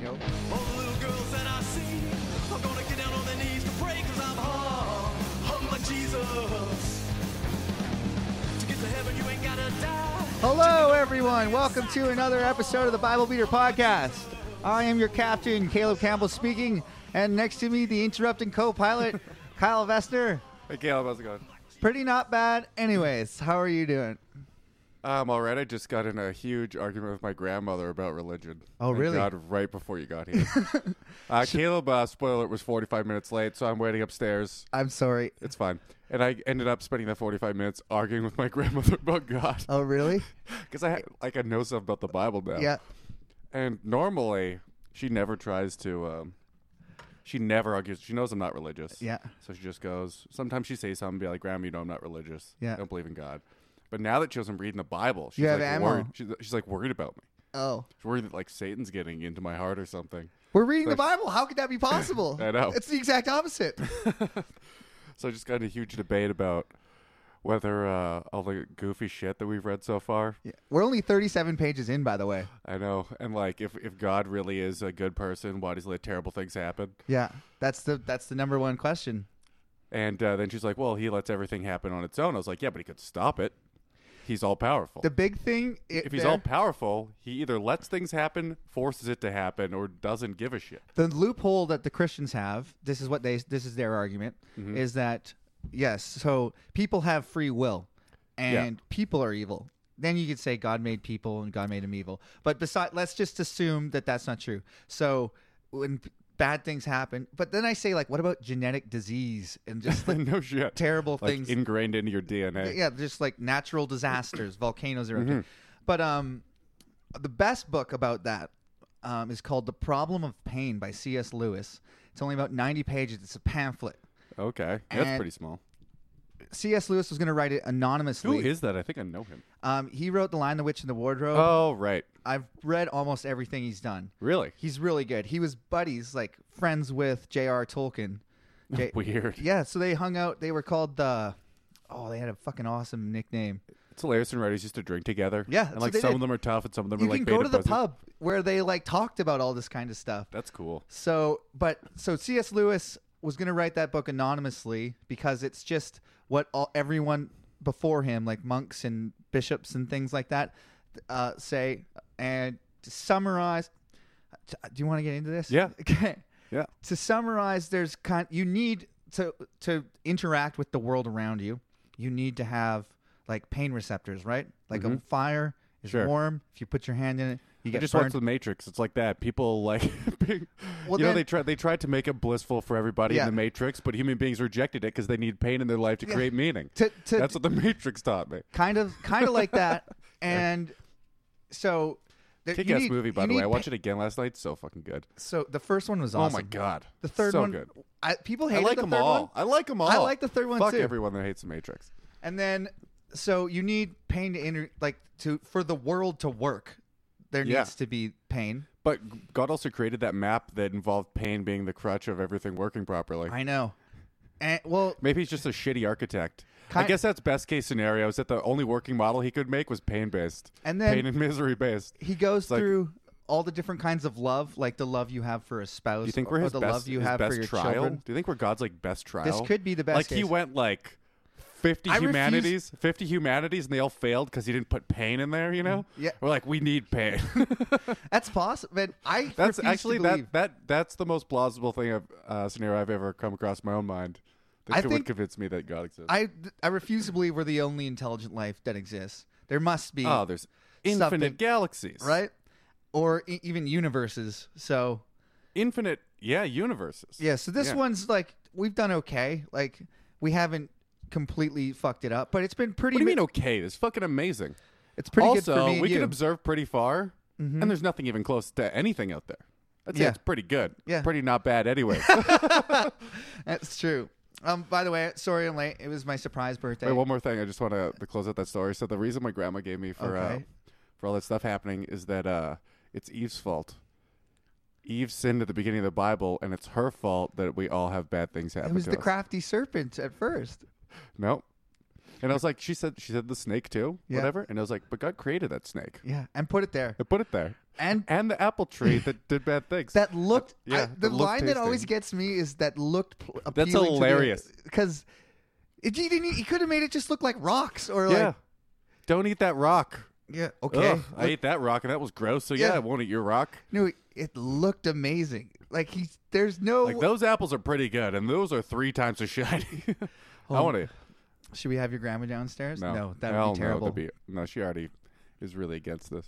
go. All the little girls that I see are gonna get down on their knees to pray i I'm hung, hung by Jesus. To get to heaven, you ain't gotta die. Hello, everyone. Welcome to another episode of the Bible Beater Podcast. I am your captain, Caleb Campbell speaking, and next to me, the interrupting co pilot, Kyle Vester. Hey Caleb, how's it going? Pretty not bad. Anyways, how are you doing? I'm all right. I just got in a huge argument with my grandmother about religion. Oh, Thank really? God, right before you got here. uh, Caleb, uh, spoiler, it was 45 minutes late, so I'm waiting upstairs. I'm sorry. It's fine. And I ended up spending that 45 minutes arguing with my grandmother about God Oh, really? because I had, like I know stuff about the Bible now. Yeah. And normally she never tries to. Um, she never argues. She knows I'm not religious. Yeah. So she just goes. Sometimes she says something, be like, "Grandma, you know I'm not religious. Yeah. I don't believe in God." But now that she doesn't read in the Bible, she's You have like ammo. worried. She's, she's like worried about me. Oh. She's worried that like Satan's getting into my heart or something. We're reading the Bible. How could that be possible? I know. It's the exact opposite. So I just got in a huge debate about whether uh, all the goofy shit that we've read so far. Yeah. We're only 37 pages in, by the way. I know, and like if if God really is a good person, why does he let terrible things happen? Yeah. That's the that's the number one question. And uh, then she's like, "Well, he lets everything happen on its own." I was like, "Yeah, but he could stop it. He's all powerful. The big thing i- if he's there- all powerful, he either lets things happen, forces it to happen, or doesn't give a shit." the loophole that the Christians have, this is what they this is their argument is that yes, so people have free will and people are evil. Then you could say God made people and God made them evil. But beside let's just assume that that's not true. So when p- bad things happen, but then I say like what about genetic disease and just like no shit. terrible Like things ingrained into your DNA. yeah, just like natural disasters, volcanoes erupting. Mm-hmm. But um, the best book about that um, is called "The Problem of Pain" by C.S. Lewis. It's only about ninety pages. It's a pamphlet. Okay, And- that's pretty small. C.S. Lewis was going to write it anonymously. Who is that? I think I know him. um, he wrote "The Lion, the Witch, and the Wardrobe." Oh, right. I've read almost everything he's done. Really? He's really good. He was buddies, like friends with J.R. Tolkien. J- Weird. yeah, so they hung out. They were called the. Oh, they had a fucking awesome nickname. It's hilarious when writers used to drink together. Yeah, that's and what like they some did. of them are tough, and some of them you are like can go beta to the buzzers. pub where they like talked about all this kind of stuff. That's cool. So, but so C.S. Lewis was going to write that book anonymously because it's just what all everyone before him, like monks and bishops and things like that, uh, say. And to summarize, do you want to get into this? Yeah. Okay Yeah. to summarize, there's kind you need to to interact with the world around you. You need to have like pain receptors, right? Like a fire is Mm-hmm. Sure. warm. If you put your hand in it, you I get just watched burned. the Matrix. It's like that. People like, being, Well, you know, then- they tried they tried to make it blissful for everybody Yeah. in the Matrix, but human beings rejected it because they need pain in their life to create meaning. To- to- That's what the Matrix taught me. kind of kind of like that. And so, there, you Kick-ass need- movie, by you the need way. I pa- watched it again last night. So fucking good. So the first one was awesome. Oh my god. The third so one, good. I, people I hated like the them third all. one. I like them all. I like the third one Fuck too. everyone that hates the Matrix. And then, so you need pain to inter- like to for the world to work. There Yeah. needs to be pain. But God also created that map that involved pain being the crutch of everything working properly. I know. And well, Maybe he's just a shitty architect. Kind- I guess that's best case scenario. Is that the only working model he could make was pain based, And then- pain and misery based. he goes like- through all the different kinds of love, like the love you have for a spouse, Do you think or, we're his the best, love you his have best for your trial? children. Do you think we're God's like best trial? could be the best Like he case. went like fifty I refuse- humanities, fifty humanities, and they all failed because he didn't put pain in there. You know? Mm, Yeah. We're like, we need pain. That's possible. But I that's refuse actually to believe. that that that's the most plausible thing of uh, scenario I've ever come across in my own mind. That I could- think- would convince me that God exists. I I refuse to believe we're the only intelligent life that exists. There must be, oh, there's infinite something- galaxies, right? Or e- even universes. So Infinite, yeah, universes. yeah. So this Yeah. one's like we've done okay. Like we haven't completely fucked it up, but it's been pretty. What do you mean mi- okay? It's fucking amazing. It's pretty also, good for me. and we you. Mm-hmm. can observe pretty far, and there's nothing even close to anything out there. That's Yeah. it's pretty good. Yeah. pretty not bad anyway. That's true. Um. By the way, sorry I'm late. It was my surprise birthday. Wait, one more thing. I just want to close out that story. So the reason my grandma gave me for uh, Okay. for all that stuff happening is that uh, it's Eve's fault. Eve sinned at the beginning of the Bible, and it's her fault that we all have bad things happen. It was to the us. crafty serpent at first. Nope. And I was like, she said, she said the snake too, Yeah. whatever. And I was like, but God created that snake. Yeah, and put it there. I put it there. And- and the apple tree that did bad things. That looked. Uh, yeah, I- that the looked line that always tasty. gets me is that looked. Pl- That's hilarious. Because he didn't. e, He could have made it just look like rocks or yeah. like. Don't eat that rock. Yeah. Okay. Ugh, I ate that rock and that was gross. So yeah, Yeah. I won't eat your rock. no, it looked amazing. Like he, there's no. Like those apples are pretty good, and those are three times as shiny. I want to. Should we have your grandma downstairs? No, Oh, that Hell would be terrible. No, that'd be- no, she already is really against this.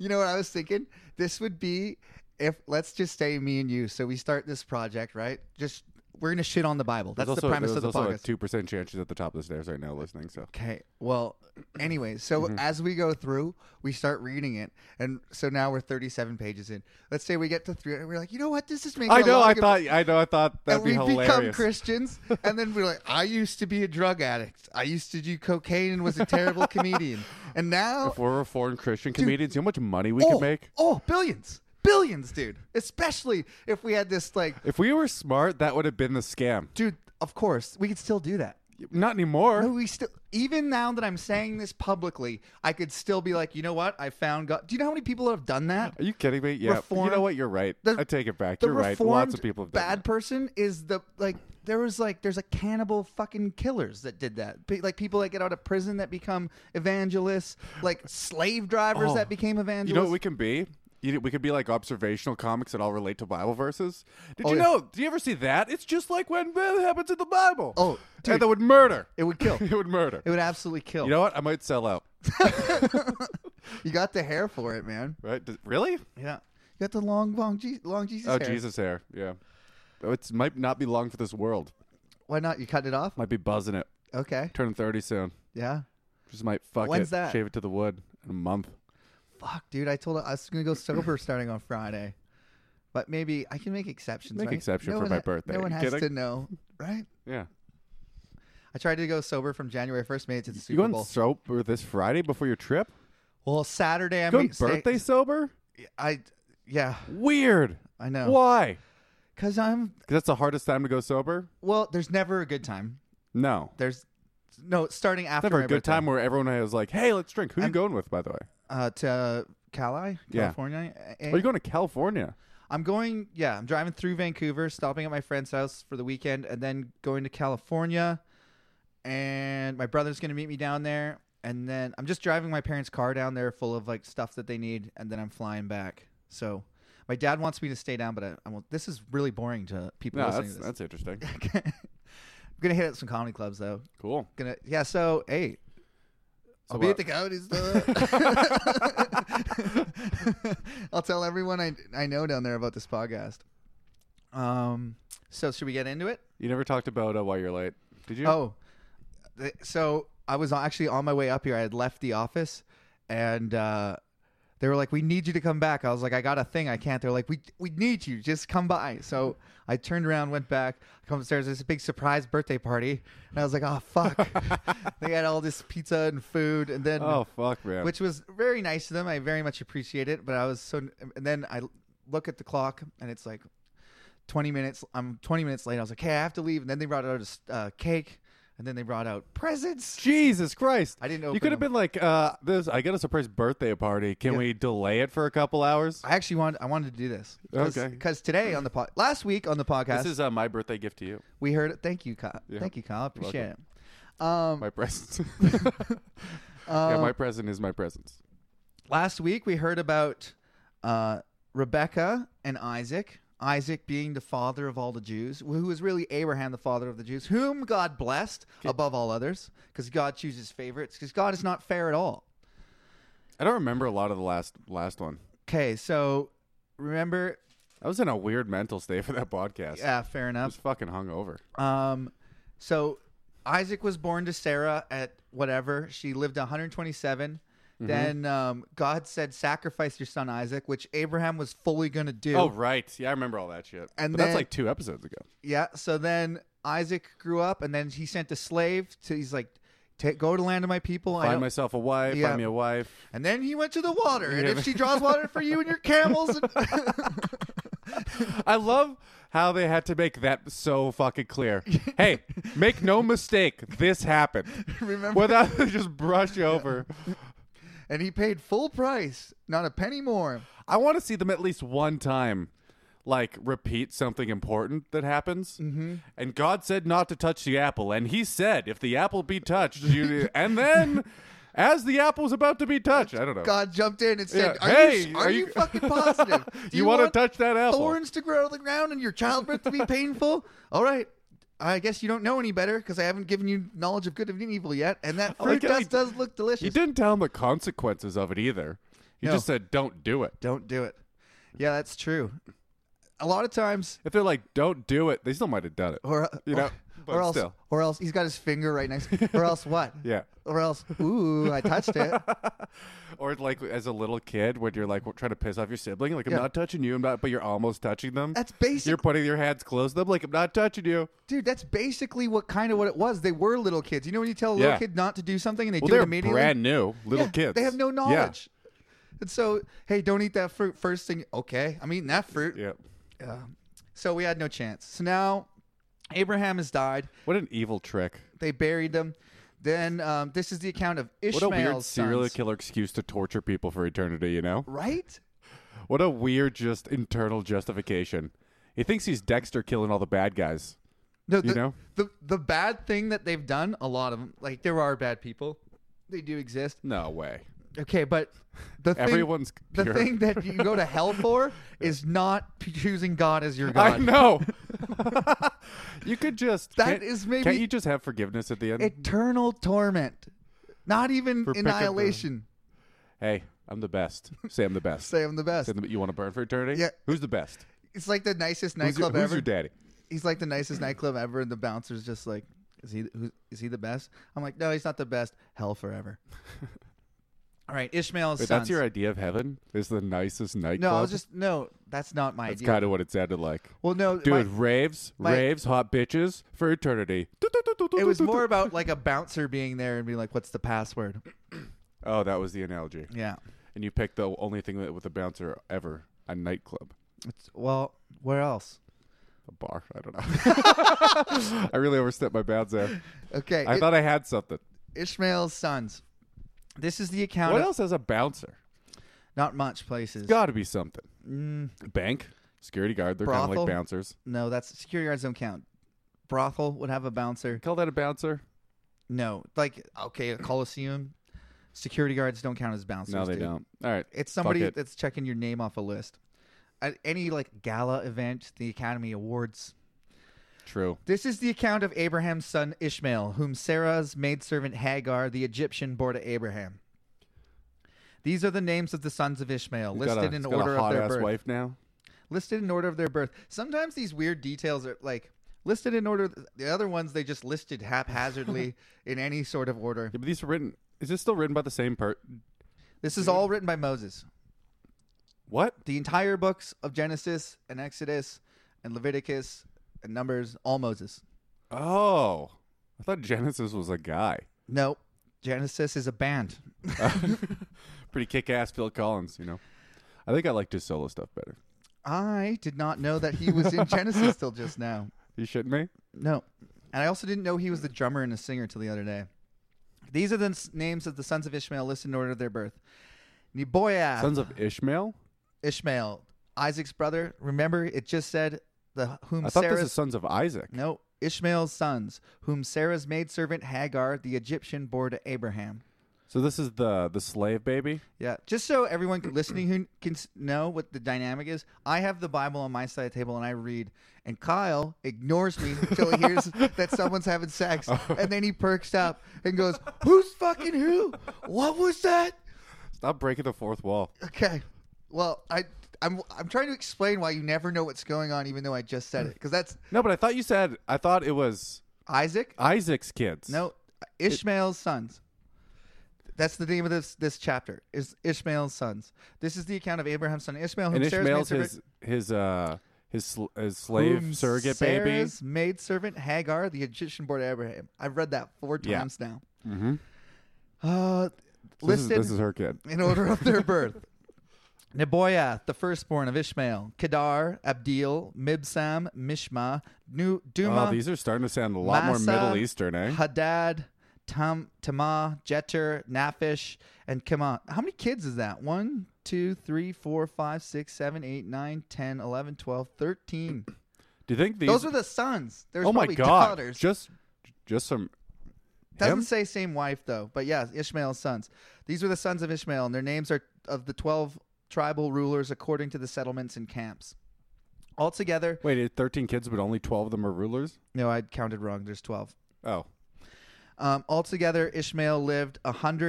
you know what I was thinking? This would be if let's just say me and you. So we start this project, right? Just we're gonna shit on the Bible. That's There's also, the premise there's of the also a podcast. two percent chance she's at the top of the stairs right now listening. So okay. Well, anyway, so Mm-hmm. as we go through, we start reading it, and so now we're 37 pages in. Let's say we get to three, and we're like, you know what? This is making. I a know. lot I of good- thought. I know. I thought that'd and be we become hilarious. Christians, and then we're like, I used to be a drug addict. I used to do cocaine and was a terrible comedian, and now if we're reformed Christian comedians, you know how much money we oh, could make? Oh, billions. Billions, dude. Especially if we had this like If we were smart, that would have been the scam. dude, of course, we could still do that. Not anymore. No, we still even now that I'm saying this publicly, I could still be like, you know what? I found God. Do you know how many people have done that? Are you kidding me? Yeah. you Reformed- know what? You're right. The- I take it back. The You're right. Lots of reformed people have done bad that. person is the like there was like there's like cannibal fucking killers that did that. Pe- Like people that get out of prison that become evangelists, like slave drivers Oh. that became You evangelists. know what we can be? You know, we could be like observational comics that all relate to Bible verses. Did Oh, you yeah. know? Do you ever see that? It's just like when that happens in the Bible. Oh, and dude. that would murder. it would kill. it would murder. It would absolutely kill. you know what? I might sell out. you got the hair for it, man. Right? Does- really? Yeah. You got the long, long, Je- long Jesus Oh, hair. Jesus hair. Yeah. Oh, It might not be long for this world. Why not? You cut it off? Might be buzzing it. Okay. Turning thirty soon. Yeah. Just might fuck When's it. that? Shave it to the wood in a month. Fuck, dude. I told her I was going to go sober starting on Friday. But maybe I can make exceptions. Make right? exception No for one my birthday. No You one has kidding? to know, right? Yeah. I tried to go sober from January 1st, made it to the You Super going Bowl. sober this Friday before your trip? well, Saturday, I Going made stay- birthday sober? I, yeah, Weird. I know. Why? because I'm, 'Cause that's the hardest time to go sober. well, there's never a good time. No. There's, no, starting after Never my a good birthday. time where everyone was like, "Hey, let's drink." Who you going with, by the way? Uh, to Cali, Yeah. California. eh, Are you going to California? I'm going, yeah, I'm driving through Vancouver, stopping at my friend's house for the weekend, and then going to California. And my brother's going to meet me down there. And then I'm just driving my parents' car down there full of like stuff that they need. And then I'm flying back. So my dad wants me to stay down, but I, I won't. This is really boring to people No, listening that's to this. that's interesting. I'm going to hit up some comedy clubs, though. Cool. Gonna, yeah, so, hey. So I'll be what- at the coyotes. though. I'll tell everyone I I know down there about this podcast. Um, so should we get into it? You never talked about uh, why you're late, did you? Oh, th- so I was actually on my way up here. I had left the office, and uh, they were like, "We need you to come back." I was like, "I got a thing. I can't." They're like, "We we need you. Just come by." So I turned around, went back, come upstairs. There's a big surprise birthday party, and I was like, "Oh fuck!" they had all this pizza and food, and then Oh fuck, man. which was very nice to them. I very much appreciate it. But I was so, and then I look at the clock and it's like 20 minutes. I'm 20 minutes late. I was like, hey, I have to leave. And then they brought out a s- uh, cake and then they brought out presents. Jesus Christ! I didn't You open could have them. been like, uh, "This, I got a surprise birthday party. Can we delay it for a couple hours?" I actually wanted, I wanted to do this. Okay. Because today on the pod, last week on the podcast, This is uh, my birthday gift to you. we heard it. Thank you, Kyle. Yeah. Thank you, Kyle. I appreciate it. Um, My presents. Uh, yeah, my present is my presents. last week we heard about uh, Rebecca and Isaac. Isaac being the father of all the Jews, who was really Abraham, the father of the Jews, whom God blessed above all others, because God chooses favorites, because God is not fair at all. I don't remember a lot of the last last one. Okay, so remember, I was in a weird mental state for that podcast. yeah, fair I enough. was fucking hungover. Um, so Isaac was born to Sarah at whatever. She lived 127. Then um, God said, "Sacrifice your son Isaac," which Abraham was fully going to do. Oh right, yeah, I remember all that shit. And but that's then- like two episodes ago. Yeah. So then Isaac grew up, and then he sent a slave to. He's like, Ta "Go to land of my people." I Find don't-" myself a wife. Yeah. Find me a wife. and then he went to the water, and Yeah. if she draws water for you and your camels, and- I love how they had to make that so fucking clear. hey, make no mistake, this happened. Remember- without they just brush over. and he paid full price, not a penny more. I want to see them at least one time, like repeat something important that happens. Mm-hmm. And God said not to touch the apple, and He said, if the apple be touched, you. and then, as the apple was about to be touched, I don't know. God jumped in and said, Yeah. "Are Hey, you are, are you, you- fucking positive? Do You wanna want touch that apple?" Thorns to grow to the ground and your childbirth to be painful. All right." I guess you don't know any better because I haven't given you knowledge of good and evil yet, and that I like fruit how he- dust does look delicious. He didn't tell him the consequences of it either. He No. just said, "Don't do it." Don't do it. Yeah, that's true. A lot of times, If they're like, "Don't do it," they still might have done it. or You know, but or else, still. or else he's got his finger right next. Or else what? Yeah. Or else, ooh, I touched it. Or like as a little kid when you're like trying to piss off your sibling, like I'm Yeah. not touching you, I'm not, but you're almost touching them. That's basic- You're putting your hands close to them, like I'm not touching you. Dude, that's basically what kind of what it was. They were little kids. You know when you tell a little Yeah. kid not to do something and they Well, do it they're immediately. brand new little Yeah, kids. They have no Yeah. knowledge. And so, hey, don't eat that fruit first thing. Okay, I'm eating that fruit. Yeah. Uh, so we had no chance. So now Abraham has died. What an evil trick. They buried them. Then um, this is the account of What Ishmael's a weird serial sons. killer excuse to torture people for eternity, you know? Right? What a weird just internal justification. He thinks he's Dexter killing all the bad guys. No, the, You know? the the bad thing that they've done. A lot of them, like there are bad people. They do exist. No way. Okay, but the thing, Everyone's the pure. thing that you go to hell for is not p- choosing God as your God. I know. you could just That can't- is maybe- Can't you just have forgiveness at the end? Eternal torment, not even For pickup annihilation. hey, I'm the best. Say I'm the best. Say I'm the best. Say the- you want to burn for eternity? Yeah. Who's the best? It's like the nicest Who's, your, nightclub who's ever. your daddy? He's like the nicest nightclub ever, and the bouncer's just like, is he who, is he the best? I'm like, no, he's not the best. Hell forever. All right, Ishmael's Wait, sons. that's your idea of heaven? Is the nicest nightclub? no, I was just no. That's not my That's idea. kind of what it sounded like. Well, no, my- Dude, raves, my- raves, hot bitches for eternity. it was more about like a bouncer being there and being like, "What's the password?" Oh, that was the analogy. Yeah. And you picked the only thing that with a bouncer ever a nightclub, It's, well, where else? a bar. I don't know. I really overstepped my bounds there. Okay, I I thought I had something. Ishmael's sons. This is the account. What of else has a bouncer? Not much places. Got to be something. Bank, security guard. They're kind of Mm. Brothel. like bouncers. No, that's security guards don't count. Brothel would have a bouncer. Call that a bouncer? No, like okay, a coliseum. Security guards don't count as bouncers. No, they dude. don't. All right, It's fuck somebody it. that's checking your name off a list. At any like gala event, the Academy Awards. True. This is the account of Abraham's son Ishmael, whom Sarah's maidservant Hagar, the Egyptian, bore to Abraham. These are the names of the sons of Ishmael, He's got a- listed in he's got order a hot of their ass birth. wife now. Listed in order of their birth. Sometimes these weird details are like listed in order. The other ones they just listed haphazardly in any sort of order. Yeah, but these are written. Is this still written by the same per? This is all written by Moses. What? The entire books of Genesis and Exodus and Leviticus and Numbers, all Moses. Oh, I thought Genesis was a guy. No, Genesis is a band. Pretty kick-ass Phil Collins, you know. I think I liked his solo stuff better. I did not know that he was in Genesis till just now. You shitting me? No. And I also didn't know he was the drummer and the singer till the other day. These are the s- names of the sons of Ishmael listed in order of their birth. Neboah, Sons of Ishmael. Ishmael, Isaac's brother. Remember, it just said the whom I thought Sarah's this is Sons of Isaac. no Ishmael's sons, whom Sarah's maidservant Hagar the Egyptian bore to Abraham. So this is the the slave baby. Yeah, just so everyone can- listening who can s- know what the dynamic is, I have the Bible on my side of the table and I read, and Kyle ignores me until he hears that someone's having sex, and then he perks up and goes, "Who's fucking who? What was that?" Stop breaking the fourth wall. Okay, well, I I'm I'm trying to explain why you never know what's going on, even though I just said it, because that's No, but I thought you said I thought it was Isaac, Isaac's kids. no Ishmael's sons. That's the name of this this chapter is Ishmael's sons. This is the account of Abraham's son Ishmael, whom and Sarah's Ishmael's maidservant- his his uh his sl- his slave Whom surrogate baby. Sarah's maidservant Hagar, the Egyptian born Abraham. I've read that four Yeah. times now. Uh, This is, listed this is her kid. in order of their birth. Neboiath, the firstborn of Ishmael, Kedar, Abdil, Mibsam, Mishma, Nu Duma, Oh, these are starting to sound a lot more um, Massa, Middle Eastern, eh? Hadad, Tam, Tamah, Jeter, Naphish, and Kema. How many kids is that? One, two, three, four, five, six, seven, eight, nine, ten, eleven, twelve, thirteen. Do you think these? Those are the sons. There's oh my probably god! daughters. Just, just some. Doesn't him? say same wife though, but yeah, Ishmael's sons. These were the sons of Ishmael, and their names are of the twelve tribal rulers according to the settlements and camps. Altogether, Wait, it- thirteen kids, but only twelve of them are rulers. no, I counted wrong. There's twelve. Oh, Um, altogether, Ishmael lived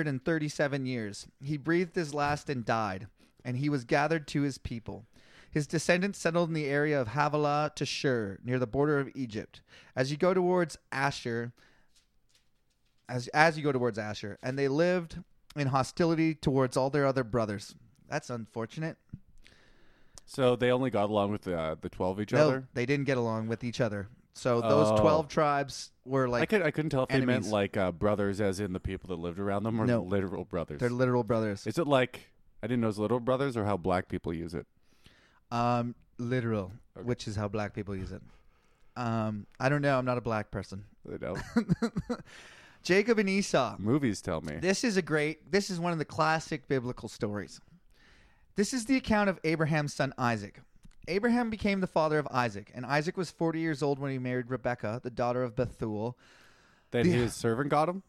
137 years. He breathed his last and died, and he was gathered to his people. His descendants settled in the area of Havilah to Shur, near the border of Egypt. As you go towards Asher, as as you go towards Asher, and they lived in hostility towards all their other brothers. That's unfortunate. so they only got along with uh, the twelve each No, other. they didn't get along with each other. So those Oh. 12 tribes were I like could, I couldn't tell if they meant enemies. like uh, brothers, as in the people that lived around them, or No. literal brothers. they're literal brothers. Is it like I didn't know it was literal brothers or how black people use it? Um, literal, which is how black people use it. Um, I don't know. I'm not a black person. They don't. Jacob and Esau. Movies tell me. This is a great. This is one of the classic biblical stories. This is the account of Abraham's son Isaac. Abraham became the father of Isaac, and Isaac was 40 years old when he married Rebekah, the daughter of Bethuel. Then his servant got him.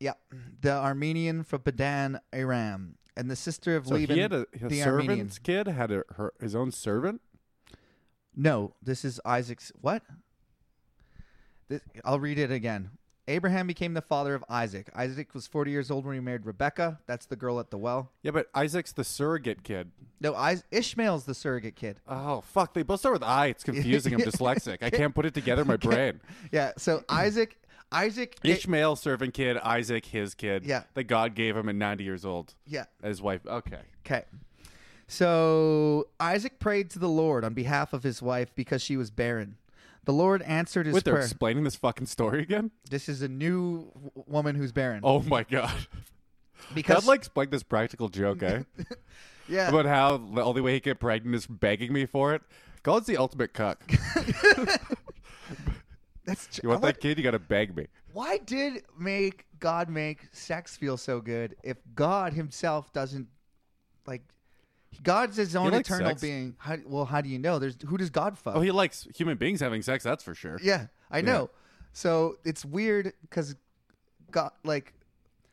Yeah, the Armenian from Padan Aram, and the sister of So Laban, he had a his the servant's Armenian. kid had a, her, his own servant. No, this is Isaac's what? This, I'll read it again. Abraham became the father of Isaac. Isaac was 40 years old when he married Rebecca. That's the girl at the well. Yeah, but Isaac's the surrogate kid. No, Is- Ishmael's the surrogate kid. Oh fuck! They both start with I. It's confusing. I'm dyslexic. I can't put it together in my brain. Yeah, so Isaac Isaac Ishmael servant kid, Isaac his kid. Yeah. that God gave him at 90 years old. Yeah. his wife. Okay, Okay. So Isaac prayed to the Lord on behalf of his wife because she was barren. The Lord answered his wait, they're prayer. explaining this fucking story again. This is a new w- woman who's barren. Oh my god! because That like like this practical joke, eh? yeah, About how the only way he get pregnant is begging me for it. God's the ultimate cuck. that's tr- You want I that kid? You gotta beg me. why did make God make sex feel so good if God Himself doesn't like? God's His own likes eternal sex. being. How, well, how do you know? There's who does God fuck? Oh, he likes human beings having sex. That's for sure. yeah, I know. So it's weird because God, like,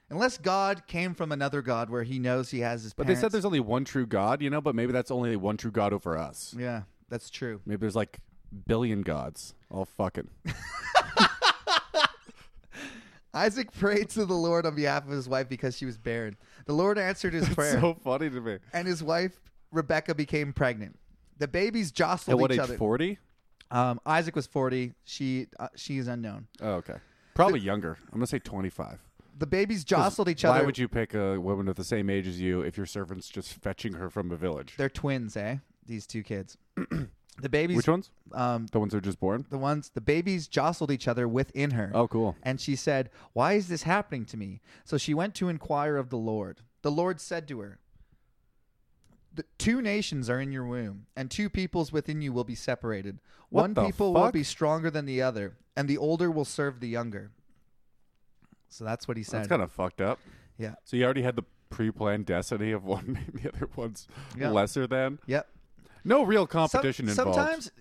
unless God came from another God where He knows He has His. But they said there's only one true God, you know. But maybe that's only one true God over us. Yeah, that's true. Maybe there's like billion gods. All fucking. Isaac prayed to the Lord on behalf of his wife because she was barren. The Lord answered his prayer, so funny to me. and his wife Rebecca became pregnant. The babies jostled At what each age? other. Forty. Um, Isaac was 40. She uh, she is unknown. Oh, okay. Probably younger. I'm gonna say 25. The babies jostled each Why other. would you pick a woman of the same age as you if your servant's just fetching her from the village? They're twins, eh? These two kids. the babies. Which ones? Um, The ones that are just born. the ones the babies jostled each other within her. Oh, cool. And she said, "Why is this happening to me?" So she went to inquire of the Lord. The Lord said to her, the two nations are in your womb, and two peoples within you will be separated. What One the people will fuck? be stronger than the other, and the older will serve the younger. So that's what he said. That's kind of fucked up. yeah. So you already had the pre-planned destiny of one, and the other one's Yeah. lesser than. Yep. No real Some- competition involved. Sometimes,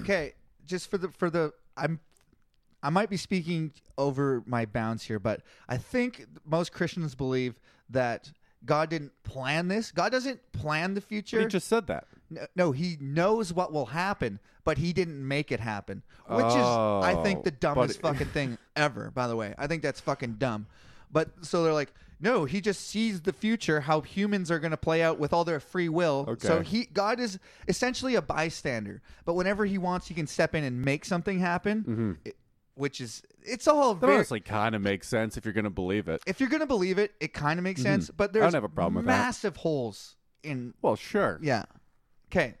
okay, just for the for the I'm I might be speaking over my bounds here, but I think most Christians believe that God didn't plan this. God doesn't plan the future. he just said that. no, no, he knows what will happen, but he didn't make it happen, which is I think Oh, the dumbest but- fucking thing ever. By the way, I think that's fucking dumb. But so they're like, no, he just sees the future, how humans are going to play out with all their free will. So Okay. he, God is essentially a bystander. But whenever he wants, he can step in and make something happen. It- which is, it's all That very- Mm-hmm. honestly kind of makes sense if you're gonna believe it. If you're going to believe it, it kind of makes sense. But there's Mm-hmm. have a problem with that. massive holes in. Well, sure. Yeah. Okay.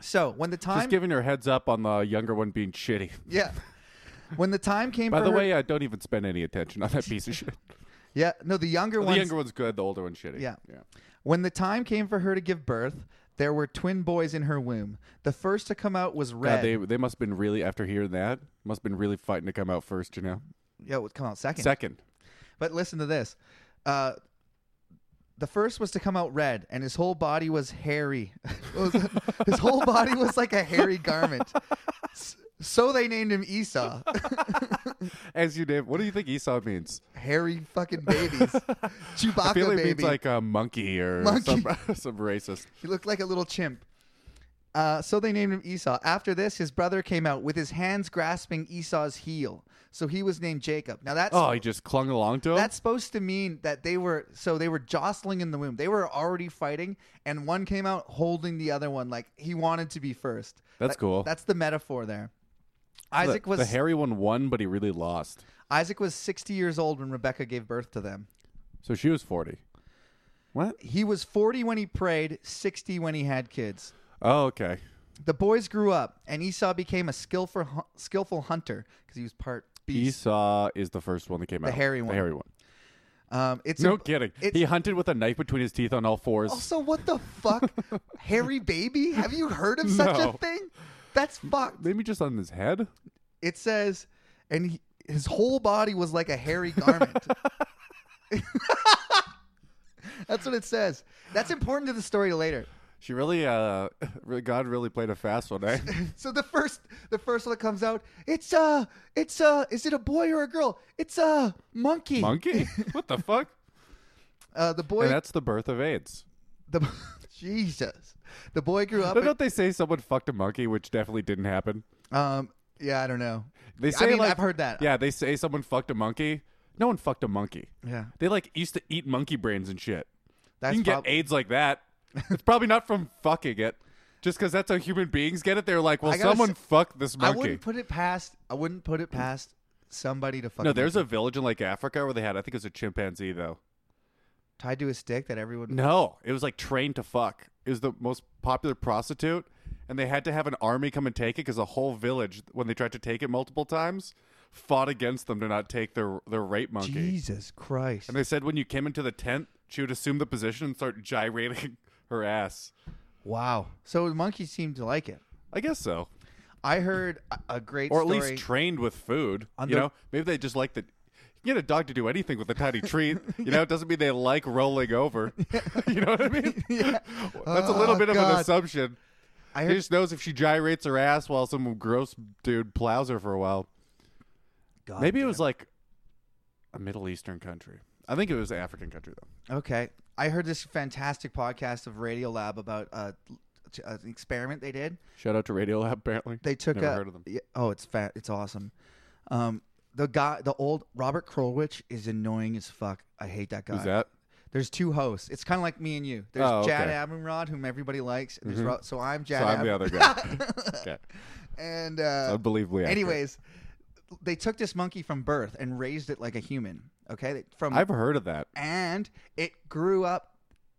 So when the time Just giving your heads up on the younger one being shitty. Yeah. When the time came By for the her, way, I don't even spend any attention on that piece of shit. Yeah, no, the younger The ones. younger one's good. The older one's shitty. Yeah. Yeah. When the time came for her to give birth, there were twin boys in her womb. The first to come out was God, Red. they they must have been really after hearing that must have been really fighting to come out first. You know, Yeah, it would come out second. second. But listen to this. Uh, the first was to come out red, and his whole body was hairy. It was- his whole body was like a hairy garment. S- So they named him Esau. As you did. What do you think Esau means? hairy fucking babies. Chewbacca I feel it baby. means like a monkey or Monkey. Some, some racist. He looked like a little chimp. Uh, so they named him Esau. After this, his brother came out with his hands grasping Esau's heel. So he was named Jacob. Now that's Oh, he just clung along to him. that's supposed to mean that they were so they were jostling in the womb. They were already fighting, and one came out holding the other one like he wanted to be first. That's cool. That's the metaphor there. The- Isaac was the hairy one won, but he really lost. Isaac was sixty years old when Rebecca gave birth to them. So she was forty. What? He was forty when he prayed, sixty when he had kids. Oh, okay. The boys grew up, and Esau became a skillful hu- skillful hunter because he was part beast. Esau is the first one that came out. hairy one. The hairy one. Um, it's No im- kidding. It's, He hunted with a knife between his teeth on all fours. also, what the fuck, hairy baby? Have you heard of such No. a thing? That's fucked. Maybe just on his head. It says, and he, his whole body was like a hairy garment. That's what it says. That's important to the story later. She really, uh, really- God really played a fast one, eh? So the first, the first one that comes out, it's uh, it's uh, is it a boy or a girl? It's a monkey. Monkey? What the fuck? Uh, the boy. And that's the birth of AIDS. The Jesus, the boy grew up. But don't they say someone fucked a monkey, which definitely didn't happen? um, yeah, I don't know. They I say mean, like- I've heard that. Yeah, they say someone fucked a monkey. No one fucked a monkey. Yeah. They like used to eat monkey brains and shit. that's you can prob- get AIDS like that. It's probably not from fucking it. Just because that's how human beings get it, they're like, well, I gotta someone s- fucked this I monkey. wouldn't put it past. I wouldn't put it past somebody to fuck. no, there's a village in like Africa where they had, I think it was a chimpanzee though. tied to a stick that everyone. No, it was like trained to fuck. It was the most popular prostitute, and they had to have an army come and take it because the whole village, when they tried to take it multiple times, fought against them to not take their their rape monkey. Jesus Christ! And they said when you came into the tent, she would assume the position and start gyrating her ass. Wow. So the monkeys seem to like it. I guess so, I heard a- a great or at story. least trained with food. On you the- know, maybe they just like the. You can get a dog to do anything with a tiny treat. You know, it doesn't mean they like rolling over. you know what I mean? That's a little Oh, bit of an God. assumption. I He heard. just knows if she gyrates her ass while some gross dude plows her for a while. God Maybe it damn was like a Middle Eastern country. I think it was an African country though. Okay. I heard this fantastic podcast of Radio Lab about uh, t- an experiment they did. Shout out to Radiolab. Apparently, They took Never a, heard of them. yeah, oh, it's fat. It's awesome. Um, the guy, the old Robert Krulwich is annoying as fuck. I hate that guy. Who's that? There's two hosts. It's kind of like me and you. There's Oh, okay. Mm-hmm. Jad Abumrad, whom everybody likes. And there's Ro- so I'm Jad. So I'm the Ab- other guy. okay. And uh, Unbelievably. accurate. anyways, they took this monkey from birth and raised it like a human. Okay, They- from I've heard of that. and it grew up.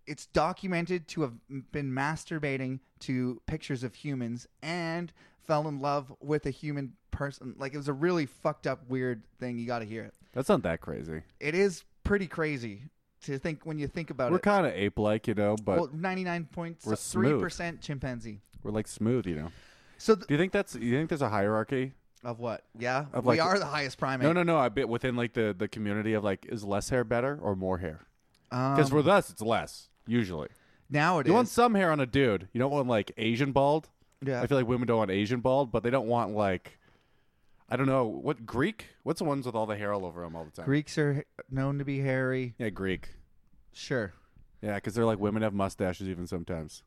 It's documented to have been masturbating to pictures of humans and fell in love with a human person. Like it was a really fucked up, weird thing. You got to hear it. That's not that crazy. It is pretty crazy to think when you think about We're it. kind of ape-like, you know, but well, ninety nine point We're three percent chimpanzee. we're like smooth, you know. So th- Do you think that's? You think there's a hierarchy? of what? Yeah, Of we like- are the highest primate. No, no, no. I bit within like the the community of like, is less hair better or more hair? Because Um, with us, it's less usually. now it You want is. some hair on a dude. You don't want like Asian bald. Yeah. I feel like women don't want Asian bald, but they don't want like I don't know what Greek. What's the ones with all the hair all over them all the time? Greeks are known to be hairy. Yeah, Greek. Sure. Yeah, because they're like women have mustaches even sometimes.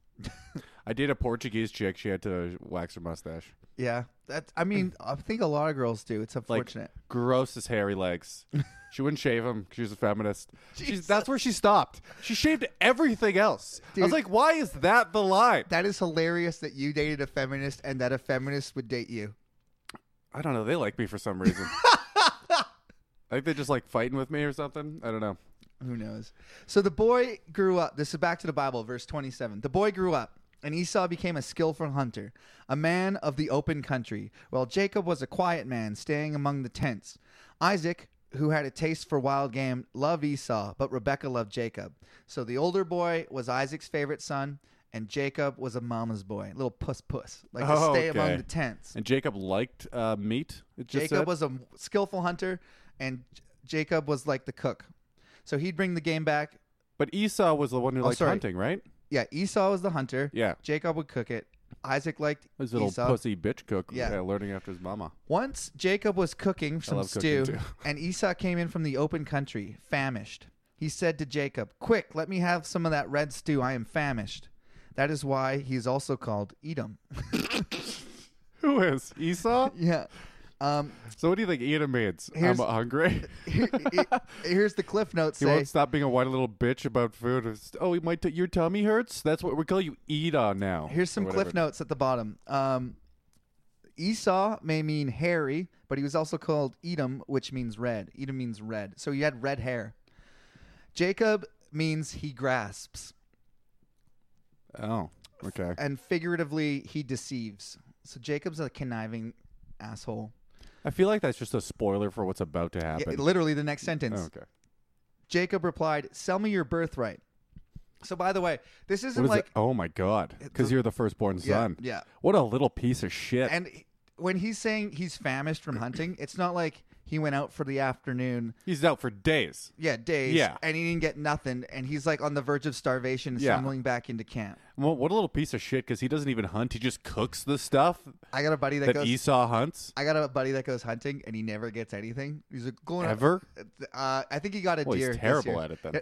I did a Portuguese chick. She had to wax her mustache. Yeah. That I mean, I think a lot of girls do. It's Like unfortunate. grossest hairy legs. she wouldn't shave them. She was a feminist. She's, that's where she stopped. She shaved everything else. I Dude. was like, why is that the line? That is hilarious that you dated a feminist and that a feminist would date you. I don't know. They like me for some reason. I think they're just like fighting with me or something. I don't know. Who knows? So the boy grew up. This is back to the Bible, verse 27. The boy grew up, and Esau became a skillful hunter, a man of the open country, while Jacob was a quiet man staying among the tents. Isaac who had a taste for wild game, loved Esau, but Rebecca loved Jacob. So the older boy was Isaac's favorite son, and Jacob was a mama's boy, little puss puss, like to Oh, stay among okay. the tents. And Jacob liked uh, meat. It just Jacob said? was a skillful hunter, and J- Jacob was like the cook. So he'd bring the game back. but Esau was the one who Oh, liked sorry. hunting, right? Yeah, Esau was the hunter. Yeah. Jacob would cook it. Isaac liked His little Esau. pussy bitch cook, Yeah. uh, learning after his mama. Once Jacob was cooking some love stew, cooking too. and Esau came in from the open country, famished. He said to Jacob, Quick, let me have some of that red stew. I am famished. That is why he is also called Edom. Who is Esau? yeah. Um, so what do you think Edom means? Here's- I'm hungry. here- he- here's the cliff notes. He say, won't stop being a whiny little bitch about food. It's, Oh, my t- your tummy hurts. That's what we call you Edom now. Here's or some whatever. cliff notes at the bottom. Um, Esau may mean hairy, but he was also called Edom, which means red. Edom means red. So he had red hair. Jacob means he grasps, Oh, okay. and figuratively, he deceives. So Jacob's a conniving asshole. I feel like that's just a spoiler for what's about to Yeah, happen. literally, the next sentence. Oh, okay. Jacob replied, Sell me your birthright. So, by the way, this What isn't is like. it? Oh my god! Because you're the firstborn Yeah, son. yeah. What a little piece of shit. And he- when he's saying he's famished from hunting, it's not like he went out for the afternoon He's out for days. Yeah, days. Yeah. And he didn't get nothing. And he's like on the verge of starvation, Yeah. stumbling back into camp. Well, what a little piece of shit. Because he doesn't even hunt. He just cooks the stuff I got a buddy that, that goes. Esau hunts. I got a buddy that goes hunting and he never gets anything. He's like, going Ever? Uh, I think he got a Well, he's deer. this terrible year. at it then. Uh,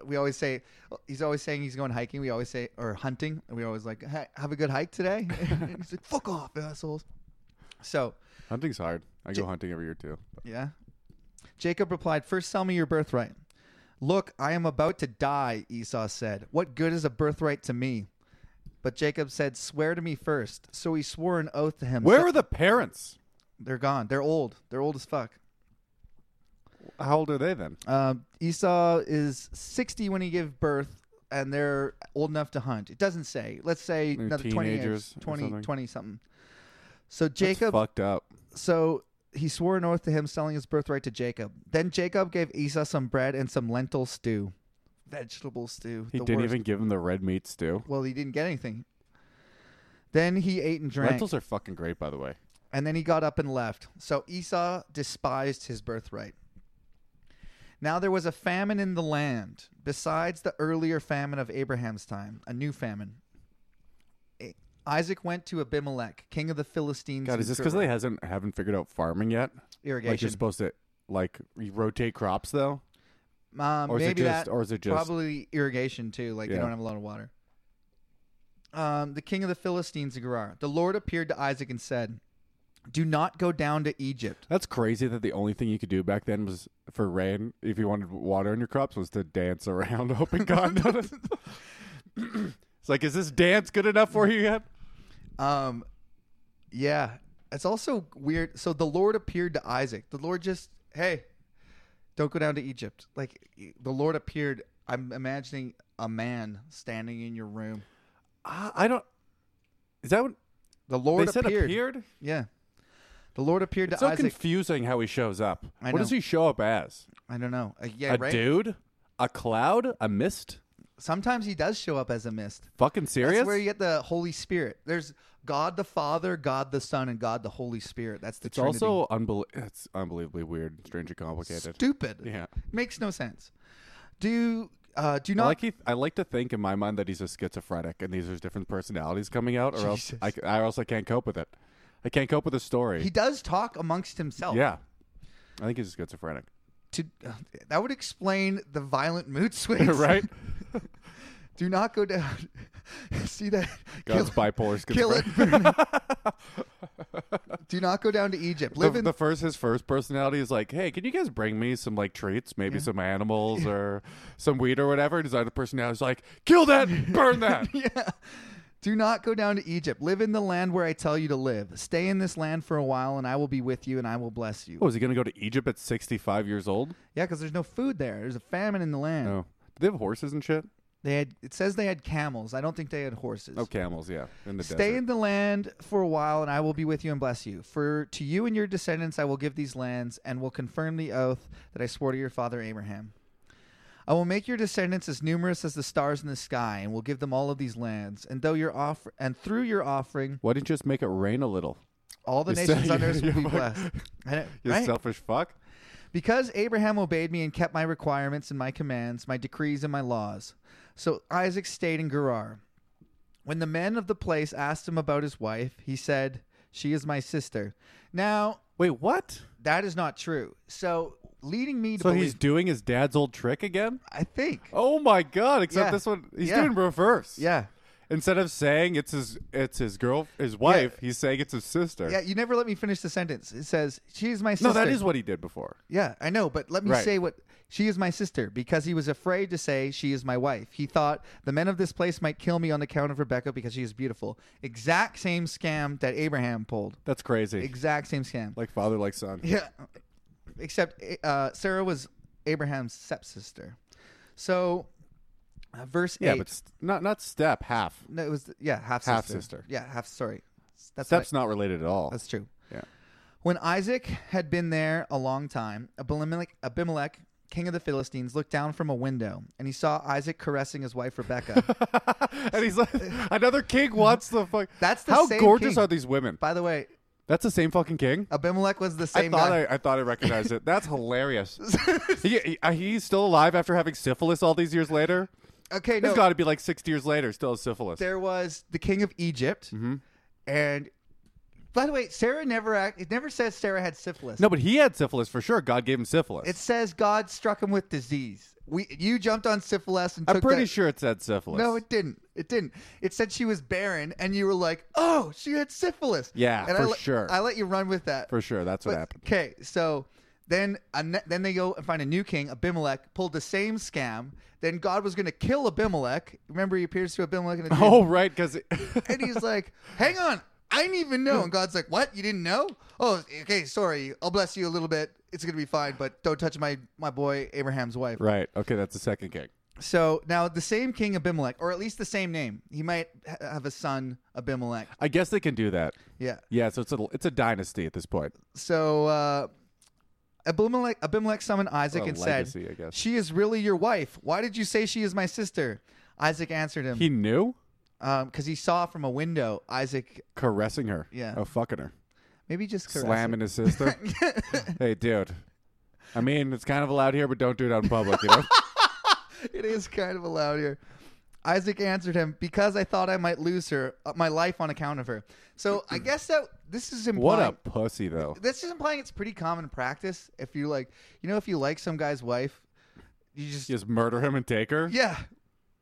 uh, We always say he's always saying he's going hiking. We always say or hunting. And we always like "Hey, have a good hike today. and he's like, fuck off, assholes. So Hunting's hard. I go hunting every year too. Yeah. Jacob replied, First, sell me your birthright. Look, I am about to die, Esau said. What good is a birthright to me? But Jacob said, Swear to me first. So he swore an oath to him. Where So- are the parents? They're gone. They're old. They're old as fuck. How old are they then? Um, Esau is 60 when he gave birth, and they're old enough to hunt. It doesn't say. Let's say They're another 20 years. teenagers or 20, something. 20 something. So That's Jacob fucked up. So he swore an oath to him, selling his birthright to Jacob. Then Jacob gave Esau some bread and some lentil stew, vegetable stew. He the didn't worst. even give him the red meat stew. Well, he didn't get anything. Then he ate and drank, Lentils are fucking great, by the way. and then he got up and left. So Esau despised his birthright. Now there was a famine in the land, besides the earlier famine of Abraham's time, a new famine. I- Isaac went to Abimelech, king of the Philistines. God, in is this because they Gerar. hasn't haven't figured out farming yet? Like irrigation? you're supposed to like you rotate crops though. Um, Or is it maybe just- that, or is it just- probably irrigation too? Like they Yeah. don't have a lot of water. Um, the king of the Philistines, in Gerar. The Lord appeared to Isaac and said, "Do not go down to Egypt." That's crazy that the only thing you could do back then was for rain if you wanted water in your crops was to dance around hoping God noticed. it's like, is this dance good enough for you yet? Um, yeah, it's also weird. So the Lord appeared to Isaac. The Lord just, hey, don't go down to Egypt. Like the Lord appeared. I'm imagining a man standing in your room. I, I don't. Is that what The Lord they said? Appeared. appeared. Yeah, the Lord appeared It's to so Isaac. confusing how he shows up. I what does know. he show up as? I don't know. Uh, yeah, a right. dude? A cloud? A mist? Sometimes he does show up as a mist. Fucking serious? That's where you get the Holy Spirit. There's God the Father, God the Son, and God the Holy Spirit. That's the It's Trinity. also unbel- it's unbelievably weird, strange, and complicated. stupid. Yeah. makes no sense. Do uh, do I not like he, I like to think in my mind that he's a schizophrenic, and these are different personalities coming out, or else I, c- or else I can't cope with it. I can't cope with the story. he does talk amongst himself. yeah, I think he's schizophrenic, To, uh, that would explain the violent mood swings. right? Do not go down. See that? God's bipolar schizophrenic. Kill it. burn it. do not go down to Egypt. The, Live in the first his first personality is like, hey, can you guys bring me some like treats, maybe some animals or some weed or whatever? And his other personality is like, kill that, burn that. yeah. Do not go down to Egypt. Live in the land where I tell you to live. Stay in this land for a while, and I will be with you, and I will bless you. oh, is he gonna go to Egypt at sixty five years old? Oh. Yeah, because there's no food there. There's a famine in the land. No, do they have horses and shit? They had it says they had camels. I don't think they had horses. Oh, camels, yeah, in the Stay desert. in the land for a while, and I will be with you and bless you. For to you and your descendants I will give these lands, and will confirm the oath that I swore to your father Abraham. I will make your descendants as numerous as the stars in the sky, and will give them all of these lands. And though your offer and through your offering, Why didn't you just make it rain a little? all the You're nations on saying- earth will be you're like- blessed. I know, You right? selfish fuck. Because Abraham obeyed me and kept my requirements and my commands, my decrees and my laws. So Isaac stayed in Gerar. When the men of the place asked him about his wife, he said, She is my sister. Now, Wait, what? that is not true. So, leading me to So believe, he's doing his dad's old trick again? I think. Oh my god! Except Yeah. this one, he's Yeah. doing reverse. Yeah. Instead of saying it's his, it's his girl, his wife, he's saying it's his sister. Yeah, you never let me finish the sentence. It says, She is my sister. no, that is what he did before. Yeah, I know, but let me Right. say what she is my sister because he was afraid to say she is my wife. He thought the men of this place might kill me on account of Rebecca because she is beautiful. Exact same scam that Abraham pulled. That's crazy. Exact same scam. like father, like son. yeah, except uh, Sarah was Abraham's stepsister. So, uh, verse Yeah, eight. but st- not not step half. no, it was yeah half sister. Half-sister. Yeah, half. Sorry, that's what I- Step's not related at all. that's true. yeah. When Isaac had been there a long time, Abimelech, Abimelech, king of the Philistines, looked down from a window and he saw Isaac caressing his wife Rebecca. and he's like, another king wants the fuck. That's the how same gorgeous king. are these women? By the way, That's the same fucking king. Abimelech was the I same thought guy. I, I thought I recognized it. That's hilarious. he, he- uh, he's still alive after having syphilis all these years later. okay, It's no, got to be like sixty years later, still has syphilis. there was the king of Egypt, Mm-hmm. and by the way, Sarah never act. It never says Sarah had syphilis. No, but he had syphilis for sure. God gave him syphilis. it says God struck him with disease. We you jumped on syphilis and I'm took pretty that- sure it said syphilis. No, it didn't. It didn't. It said she was barren, and you were like, "Oh, she had syphilis." Yeah, and I for let- sure. I let you run with that for sure. That's what happened. Okay, so then a ne- then they go and find a new king. Abimelech pulled the same scam. Then God was going to kill Abimelech. Remember, he appears to Abimelech in a dream, Oh right, because and he's like, "Hang on, I didn't even know." And God's like, "What? You didn't know? Oh, okay, sorry. I'll bless you a little bit. It's going to be fine, but don't touch my my boy Abraham's wife." right. Okay, that's the second king. So now the same king Abimelech, or at least the same name, he might ha- have a son Abimelech. I guess they can do that. Yeah. Yeah, so it's a it's a dynasty at this point. So uh, Abimelech, Abimelech summoned Isaac Well, and legacy, I said, guess. "She is really your wife. Why did you say she is my sister?" Isaac answered him He because knew he, saw from a window Isaac caressing her. Yeah. Oh, fucking her. maybe just caress Slamming it. his sister. hey, dude. I mean, it's kind of allowed here, but don't do it out in public. You know. It is kind of allowed here. Isaac answered him because I thought I might lose her, uh, my life on account of her. So I guess that this is what implying a pussy, though. this is implying it's pretty common practice if you like you know if you like some guy's wife you just Just murder him and take her. yeah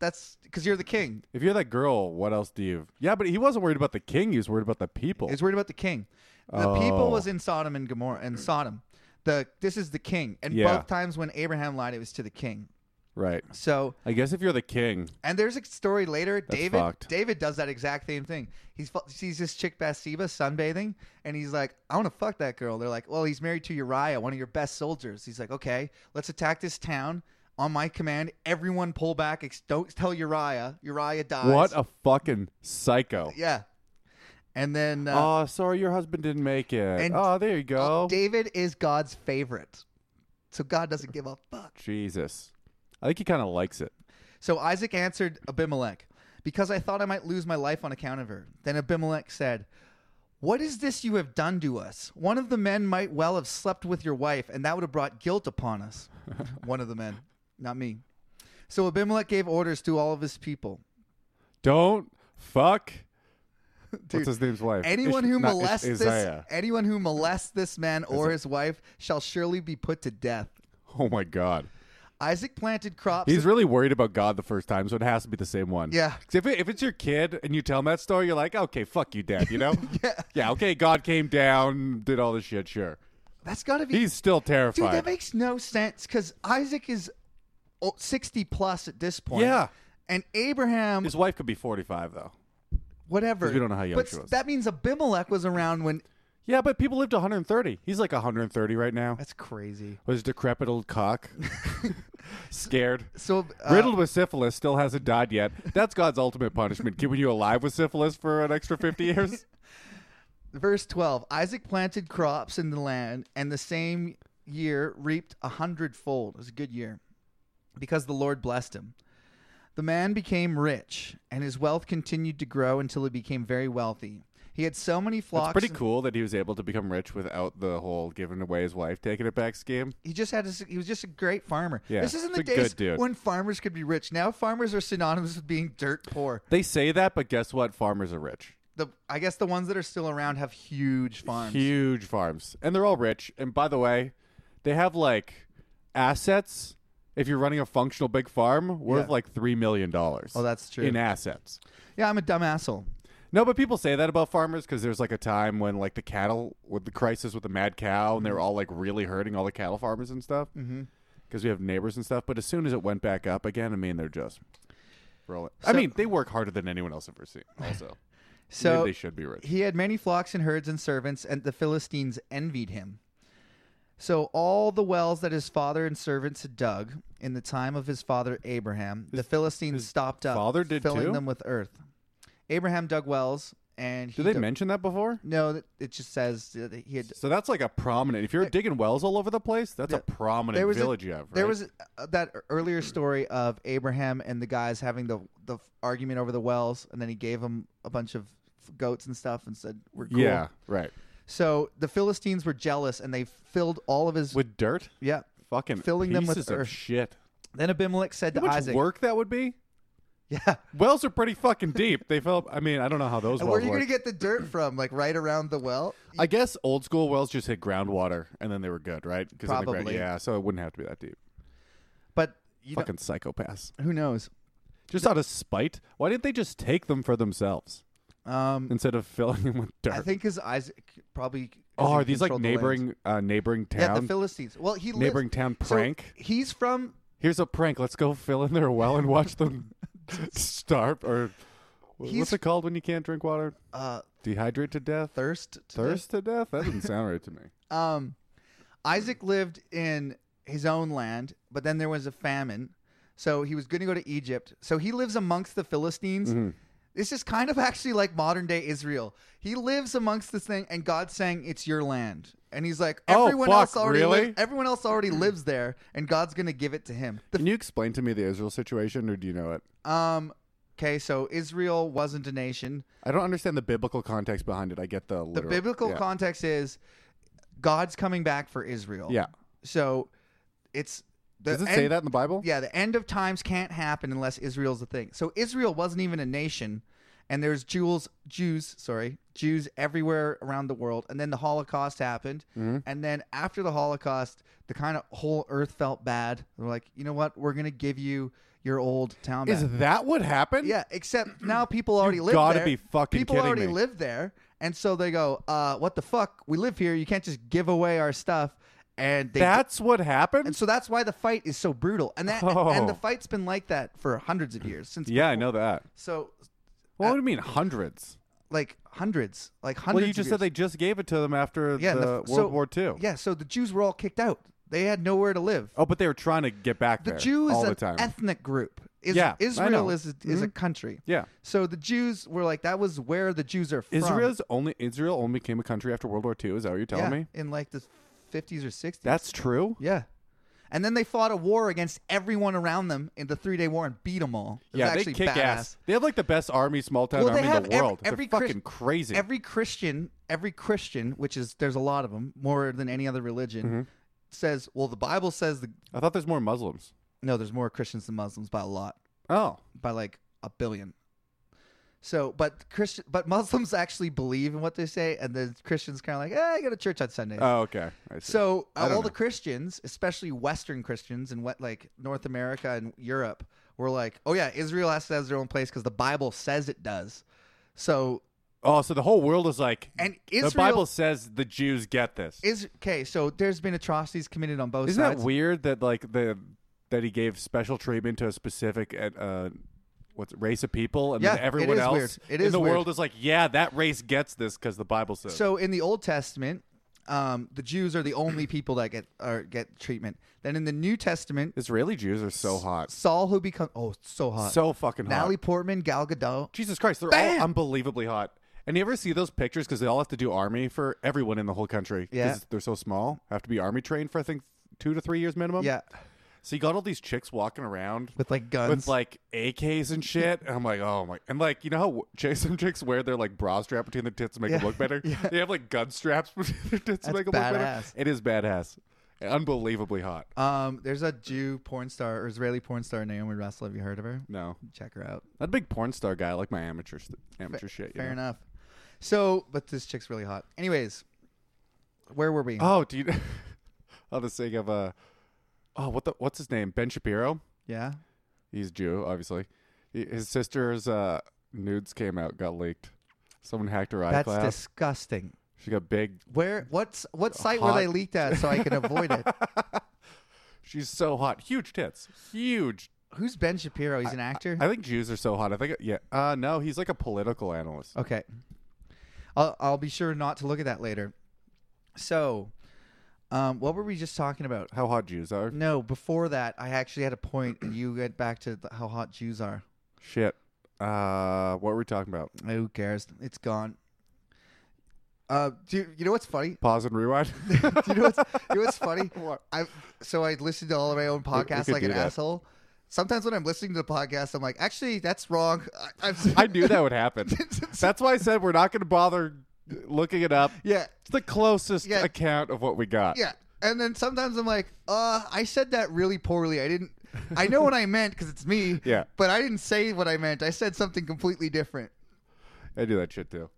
that's because you're the king If you're that girl, what else do you? Yeah, but he wasn't worried about the king. He was worried about the people. he's worried about the king the people Oh. was in sodom and gomorrah and sodom the this is the king and Yeah. both times when abraham lied it was to the king right. so I guess if you're the king, and there's a story later david fucked. david does that exact same thing he's fu- sees this chick bathsheba sunbathing and he's like i want to fuck that girl they're like well he's married to uriah one of your best soldiers he's like okay let's attack this town on my command everyone pull back Ex- don't tell uriah uriah dies what a fucking psycho. Uh, yeah and then uh, Oh, sorry, your husband didn't make it. And- oh, there you go. Uh, david is god's favorite so god doesn't give a fuck Jesus. I think he kind of likes it. So Isaac answered Abimelech, Because I thought I might lose my life on account of her. Then Abimelech said, What is this you have done to us? One of the men might well have slept with your wife, and that would have brought guilt upon us. One of the men, not me. So Abimelech gave orders to all of his people. Don't fuck. What's his name's wife? Anyone Ish- who not Ish- molests this Isaiah. anyone who molests this man or his wife shall surely be put to death. Oh my God. Isaac planted crops. He's really worried about God the first time, so it has to be the same one. Yeah. 'Cause If, it, if it's your kid and you tell him that story, you're like, okay, fuck you, dad, you know? yeah. Yeah, okay, God came down, did all this shit, sure. that's got to be He's still Dude, terrified. that makes no sense because Isaac is oh, 60 plus at this point. Yeah. And Abraham, His wife could be 45, though. whatever. 'Cause we don't know how young but she was. That means Abimelech was around when. Yeah, but people lived to 130. He's like 130 right now. That's crazy. With his decrepit old cock. Scared. So uh, Riddled with syphilis, still hasn't died yet. That's God's ultimate punishment, keeping you alive with syphilis for an extra 50 years. verse 12 Isaac planted crops in the land, and the same year reaped a hundredfold. It was a good year because the Lord blessed him. The man became rich, and his wealth continued to grow until he became very wealthy. He had so many flocks. It's pretty cool that he was able to become rich without the whole giving away his wife, taking it back scheme. He just had. A, he was just a great farmer. Yeah, this isn't the he's a good days dude. when farmers could be rich. Now farmers are synonymous with being dirt poor. They say that, but guess what? Farmers are rich. The I guess the ones that are still around have huge farms. Huge farms. And they're all rich. And by the way, they have like assets. If you're running a functional big farm, worth Yeah. like $3 million. Oh, that's true. In assets. yeah, I'm a dumb asshole. No, but people say that about farmers because there's like a time when like the cattle with the crisis with the mad cow and Mm-hmm. they were all like really hurting all the cattle farmers and stuff because we have neighbors and stuff. But as soon as it went back up again, I mean they're just rolling. I So- mean they work harder than anyone else I've ever seen. Also, So Maybe they should be rich. He had many flocks and herds and servants, and the Philistines envied him. So all the wells that his father and servants had dug in the time of his father Abraham, the Philistines stopped up, father did filling too? them with earth. Abraham dug wells, and he Did they dug- mention that before? No, th- it just says that he had. So that's like a prominent. If you're digging wells all over the place, that's a prominent There was village a, you have. Right? there was uh, that earlier story of Abraham and the guys having the the argument over the wells, and then he gave them a bunch of goats and stuff, and said, "We're cool." yeah, right So the Philistines were jealous, and they filled all of his. with dirt. yeah. Fucking Filling them with pieces of earth. shit. Then Abimelech said How to much Isaac, work that would be? "Yeah, Wells are pretty fucking deep. They felt. I mean, I don't know how those. and where wells are you work. going to get the dirt from? Like right around the well? I guess old school wells just hit groundwater and then they were good, right? 'Cause in the ground- Probably. yeah, so it wouldn't have to be that deep. But you know, Fucking psychopaths. who knows? Just out of spite, why didn't they just take them for themselves Um, instead of filling them with dirt? I think because Isaac probably. 'cause oh, he are these like controlled the lands. neighboring uh, neighboring town? Yeah, the Philistines. Well, he lives- Neighboring town so prank? he's from Here's a prank. Let's go fill in their well and watch them starve or wh- He's- what's it called when you can't drink water? uh, Dehydrate to death. Thirst. to Thirst to death? That doesn't sound right to me. Um, Isaac lived in his own land, but then there was a famine, so he was going to go to Egypt. So he lives amongst the Philistines. Mm-hmm. This is kind of actually like modern day Israel. He lives amongst this thing, and God's saying it's your land, and he's like, Oh, everyone fuck, else already, really? Mm. li- everyone else already lives there, and God's going to give it to him. The- Can you explain to me the Israel situation or do you know it? um, okay, so Israel wasn't a nation. I don't understand the biblical context behind it. I get the The literal, biblical yeah. context is God's coming back for Israel. Yeah. So it's the Does it say end- that in the Bible? Yeah, the end of times can't happen unless Israel's a thing. So Israel wasn't even a nation, and there's Jews, Jews, sorry, Jews everywhere around the world. And then the Holocaust happened, Mm-hmm. and then after the Holocaust, the kind of whole earth felt bad. They're like, you know what? We're gonna give you your old town back. Is that what happened? yeah, except now people already live gotta there. be fucking people kidding already me. live there, and so they go, uh, "What the fuck? We live here. You can't just give away our stuff." And they That's what happened? and so that's why the fight is so brutal. And that Oh. and the fight's been like that for hundreds of years since yeah, I know that. so Well, what do you mean hundreds? like hundreds, like hundreds Well, you just of said they years. just gave it to them after yeah, and the the World f- so- War II. Yeah, so the Jews were all kicked out. They had nowhere to live. Oh, but they were trying to get back the there Jew is all an the time. ethnic group. Is, Yeah, I know. Mm-hmm. Israel is a, is a country. Yeah. So the Jews were like that was where the Jews are from. Israel's only Israel only became a country after World War II. Is that what you're telling yeah, me? in like the 50s or 60s. That's true. yeah. And then they fought a war against everyone around them in the three day war and beat them all. It was Yeah, they actually kick badass. ass. They have like the best army, small town Well, they army in have the every- world. every They're Chris- fucking crazy. every Christian, every Christian, which is there's a lot of them more than any other religion, Mm-hmm. says, well, the Bible says the I thought there's more Muslims. no, there's more Christians than Muslims by a lot, Oh, by like a billion. So, but Christian, but Muslims actually believe in what they say, and the Christians kind of like, eh, I go to church on Sundays. oh, okay. I see. so uh, I don't all know. the Christians, especially Western Christians in what like North America and Europe, were like, oh yeah, Israel has to have their own place because the Bible says it does. So oh, so the whole world is like, And the Bible Israel- says the Jews get this. is okay. So there's been atrocities committed on both Isn't sides. that weird that like the that he gave special treatment to a specific uh, what's it, race of people, and then Yeah, it everyone is else weird. It in is the weird. world is like, yeah, that race gets this because the Bible says. So in the Old Testament, um, the Jews are the only people that get are, get treatment. Then in the New Testament, Israeli Jews are so hot. Saul who becomes oh so hot, So fucking hot. Natalie Portman, Gal Gadot. Jesus Christ, they're Bam! all unbelievably hot. And you ever see those pictures because they all have to do army for everyone in the whole country? 'cause Yeah. they're so small. Have to be army trained for I think two to three years minimum. Yeah, So you got all these chicks walking around with like guns. with like AKs and shit. And I'm like, oh my! And like, you know how w- chicks some chicks wear their like bra strap between their tits to make it Yeah. look better? Yeah. They have like gun straps between their tits to That's make it look better. badass. It is badass, unbelievably hot. um, there's a Jew porn star or Israeli porn star Naomi Russell. Have you heard of her? No, Check her out. not a big porn star guy. I like my amateur st- amateur shit. You Fair know? enough. So, but this chick's really hot. Anyways, where were we? Oh, do you? oh, the sake of uh, oh, what the what's his name? Ben Shapiro. yeah. He's Jew, obviously. He- His sister's uh, nudes came out, got leaked. Someone hacked her That's iCloud. disgusting. she got big. Where? What's what site were they Hot. leaked at so I can avoid it? She's so hot. Huge tits. Huge. Who's Ben Shapiro? He's an actor. I think Jews are so hot. I think yeah. Uh, no, he's like a political analyst. okay. I'll I'll be sure not to look at that later. So, um, what were we just talking about? How hot Jews are. No, before that, I actually had a point, and you get back to the, how hot Jews are. Shit. Uh, what were we talking about? Who cares? It's gone. Uh, do you, you know what's funny? Pause and rewind. Do you know what's, you know what's funny? What? I so I listen to all of my own podcasts could like do an that. asshole. Sometimes when I'm listening to the podcast, I'm like, actually, that's wrong. I, I've, I knew that would happen. That's why I said we're not going to bother looking it up. Yeah. It's the closest Yeah. account of what we got. Yeah. And then sometimes I'm like, uh, I said that really poorly. I didn't. I know what I meant because it's me. Yeah. But I didn't say what I meant. I said something completely different. I do that shit too.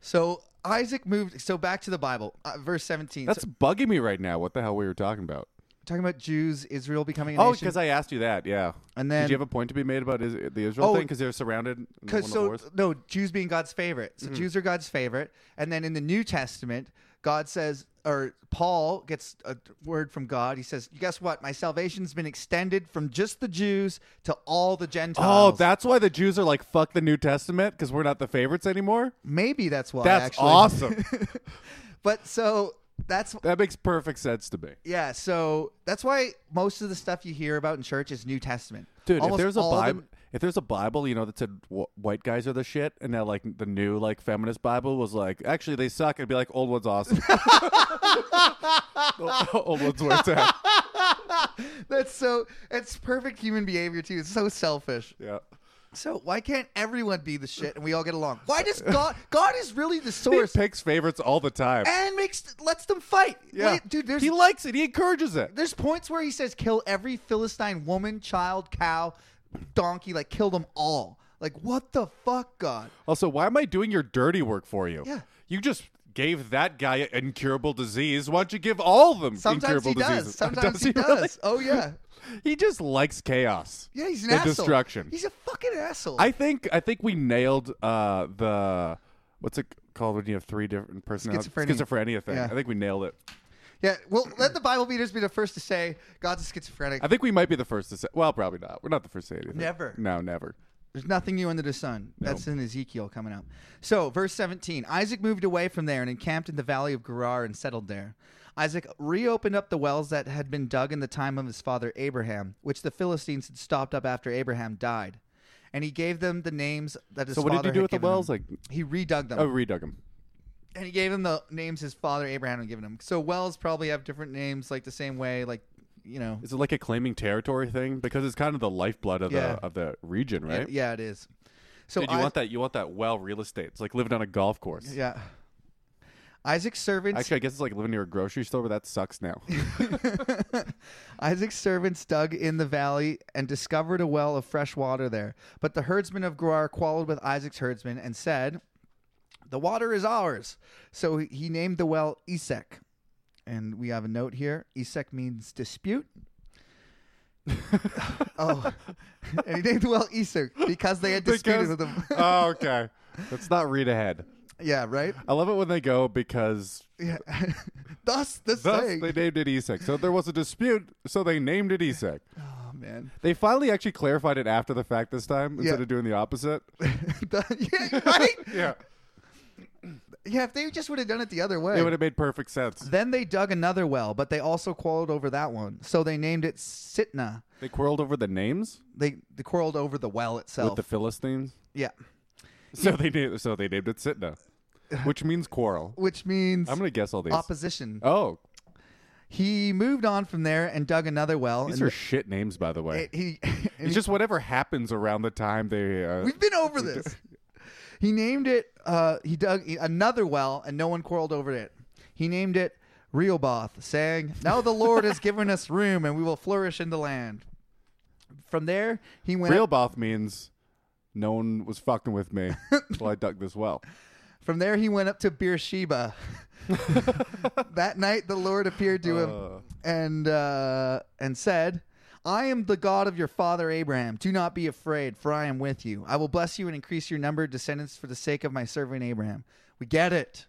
So Isaac moved. So back to the Bible, uh, verse 17. That's So, bugging me right now. What the hell we were talking about? talking about Jews, Israel becoming a Oh, nation. because I asked you that. Yeah. And did then- you have a point to be made about is- the Israel Oh, thing? Because they're surrounded. in one Because of the so wars? Mm-hmm. no Jews being God's favorite, so Jews are God's favorite, and then in the New Testament, God says, or Paul gets a word from God. He says, "Guess what? My salvation's been extended from just the Jews to all the Oh, Gentiles." that's why the Jews are like, fuck the New Testament because we're not the favorites anymore. maybe that's why. That's actually. awesome. But so that's that makes perfect sense to me. yeah. So that's why most of the stuff you hear about in church is New Testament. Dude, Almost if there's a all the- Bible, if there's a Bible, you know that said wh- white guys are the shit, and that like the new like feminist Bible was like actually they suck, and be like old one's awesome. old one's where it's at. that's so it's perfect human behavior too. It's so selfish. Yeah. So why can't everyone be the shit and we all get along? Why does God? God is really the He source picks favorites all the time. and makes lets them fight. Yeah, Wait, dude. There's he likes it. He encourages it. there's points where he says kill every Philistine woman, child, cow, donkey. Like kill them all. Like what the fuck, God? Also, why am I doing your dirty work for you? Yeah. You just gave that guy incurable disease. Why don't you give all of them Sometimes incurable he does. diseases? Sometimes he, really? does. Oh yeah. He just likes chaos. Yeah, he's an and asshole. destruction. He's a fucking asshole. I think I think we nailed uh, the what's it called when you have three different personalities? Schizophrenia. thing. Yeah. I think we nailed it. yeah. Well, let the Bible beaters be the first to say God's a schizophrenic. I think we might be the first to say. Well, probably not. We're not the first to say anything. Never. No, never. There's nothing new under the sun. That's in Ezekiel coming up. So, verse 17 Isaac moved away from there and encamped in the valley of Gerar and settled there. Isaac reopened up the wells that had been dug in the time of his father Abraham, which the Philistines had stopped up after Abraham died. And he gave them the names that his So what did father he do had with the given wells? him. Like, he redug them. oh, redug him. And he gave him the names his father Abraham had given him. So, wells probably have different names, like the same way, like, you know. Is it like a claiming territory thing? Because it's kind of the lifeblood of Yeah. the of the region, right? Yeah, it is. So Dude, you I- want that? You want that well real estate? It's like living on a golf course. Yeah. Isaac's servants. Actually, I guess it's like living near a grocery store, but that sucks now. Isaac's servants dug in the valley and discovered a well of fresh water there. But the herdsman of Gerar quarreled with Isaac's herdsman and said, The water is ours. So he- he named the well Esek. And we have a note here Esek means dispute. oh, and he named the well Esek because they had disputed with him. oh, okay. Let's not read ahead. yeah, right? I love it when they go because Yeah. Thus, the thus thing. they named it E ESEC. So there was a dispute, so they named it E ESEC. oh, man. They finally actually clarified it after the fact this time instead Yeah. of doing the opposite. The- yeah, right? Yeah. Yeah, if they just would have done it the other way. It would have made perfect sense. Then they dug another well, but they also quarreled over that one. So they named it Sitna. They quarreled over the names They, they quarreled over the well with itself. the Philistines, yeah. so they named so they named it Sitna, which means quarrel. Which means I'm gonna guess all these. opposition. oh, He moved on from there and dug another well. these and are shit names, by the way. it- he, and it's just whatever happens around the time they. Uh, We've been over this. He named it. Uh, he dug another well, and no one quarreled over it. He named it Rehoboth, saying, "Now the Lord has given us room, and we will flourish in the land." From there, he went. real both means no one was fucking with me until I dug this well. From there, he went up to Beersheba. that night, the Lord appeared to him and uh, and said, "I am the God of your father Abraham. Do not be afraid, for I am with you. I will bless you and increase your number of descendants for the sake of my servant Abraham." We get it.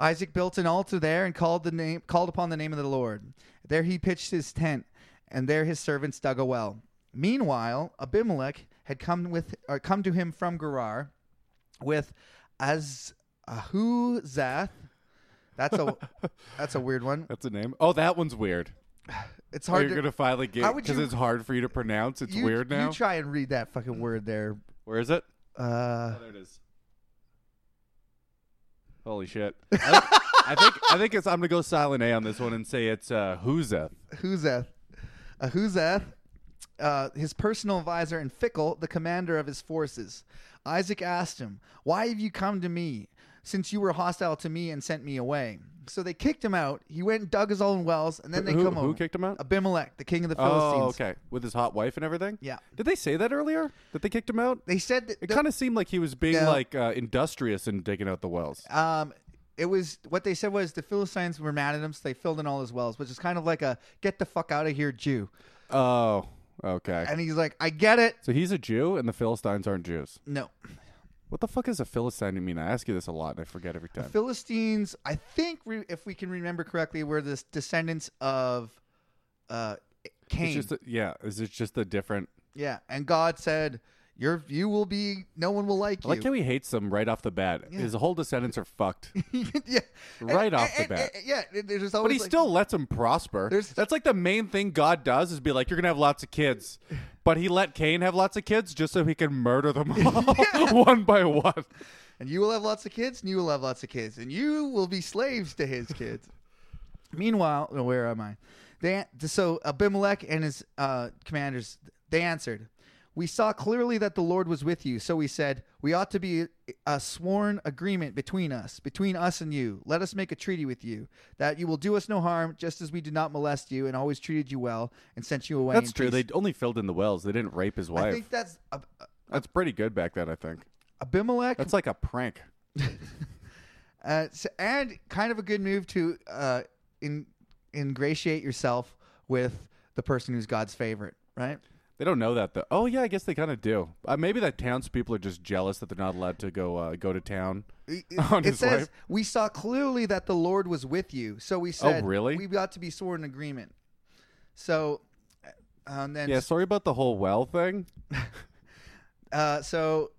Isaac built an altar there and called the name called upon the name of the Lord. There he pitched his tent, and there his servants dug a well. Meanwhile, Abimelech had come with or come to him from Gerar with Az Ahuzath. That's a that's a weird one. That's a name. Oh, that one's weird. It's Are hard you to gonna finally get How would because you- it's hard for you to pronounce. It's you, weird now. You try and read that fucking word there. Where is it? Uh, Oh, there it is. Holy shit! I, think- I think I think it's. I'm gonna go silent A on this one and say it's uh, Huzeth. Huzath. Ahuzath, uh, his personal advisor, and Fickle, the commander of his forces. Isaac asked him, Why have you come to me, since you were hostile to me and sent me away? So they kicked him out. He went and dug his own wells, and then they Who- come who over. kicked him out? Abimelech, the king of the Philistines. Oh, okay. With his hot wife and everything. Yeah. Did they say that earlier? That they kicked him out? They said that It kind of seemed like he was being No. like uh, industrious in digging out the wells. Um, it was what they said was the Philistines were mad at him, so they filled in all his wells, which is kind of like a "get the fuck out of here, Jew." Oh, okay. And he's like, "I get it." So he's a Jew, and the Philistines aren't Jews. No, What the fuck is a Philistine? I mean, I ask you this a lot, and I forget every time. Philistines. I think re- if we can remember correctly, were the descendants of uh, It's Cain. just a, yeah. Is it just a different? yeah, and God said, "Your you will be. No one will like I you." like how he hates them right off the bat. His whole descendants are fucked, yeah, Right And- off the and- bat. and- yeah, there's always. but he like- still lets them prosper. There's- That's like the main thing God does is be like, you're gonna have lots of kids. But he let Cain have lots of kids just so he can murder them all one by one. and you will have lots of kids, and you will have lots of kids, and you will be slaves to his kids. Meanwhile, oh, where am I? They so Abimelech and his uh, commanders they answered, "We saw clearly that the Lord was with you, so we said we ought to be uh, a sworn agreement between us, between us and you. Let us make a treaty with you that you will do us no harm, just as we did not molest you and always treated you well and sent you away." That's in true. peace." They only filled in the wells. They didn't rape his I wife. think that's Ab- That's pretty good back then. I think Abimelech that's like a prank. Uh, so, and kind of a good move to uh, in, ingratiate yourself with the person who's God's favorite, right? They don't know that though. Oh yeah, I guess they kind of do. Uh, maybe the townspeople are just jealous that they're not allowed to go uh, go to town It, on it his says, wife. "We saw clearly that the Lord was with you, so we said, Oh, really? we got to be sworn in agreement." So, uh, and then Yeah, sorry about the whole well thing. uh, so,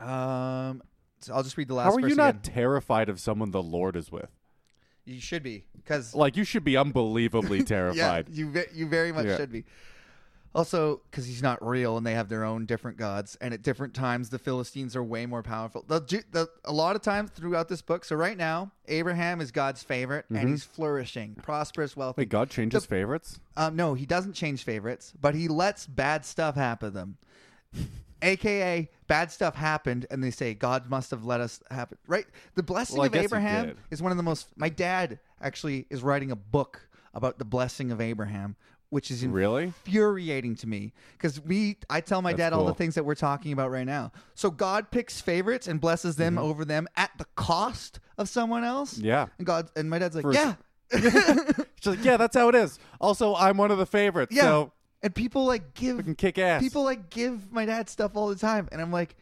um, so I'll just read the last. How are verse you not again. terrified of someone the Lord is with? You should be because Like you should be unbelievably terrified. Yeah, you ve- you very much Yeah. should be. Also, because he's not real, and they have their own different gods, and at different times the Philistines are way more powerful. The, Ju- the, a lot of times throughout this book. So right now, Abraham is God's favorite, and he's flourishing, prosperous, wealthy. Mm-hmm. Wait, God changes favorites? Um, no, he doesn't change favorites, but he lets bad stuff happen to them. AKA, bad stuff happened, and they say God must have let us happen. Right? The blessing Well, I of guess he Abraham did. is one of the most. My dad actually is writing a book about the blessing of Abraham, which is Really? infuriating to me because we. I tell my dad all the cool. things that we're talking about right now. So God picks favorites and blesses them over them at the cost of someone else. Mm-hmm. Yeah. And God and my dad's like, For- yeah, She's like, yeah, that's how it is. Also, I'm one of the favorites, yeah. so and people like we give can kick ass. people like give my dad stuff all the time and i'm like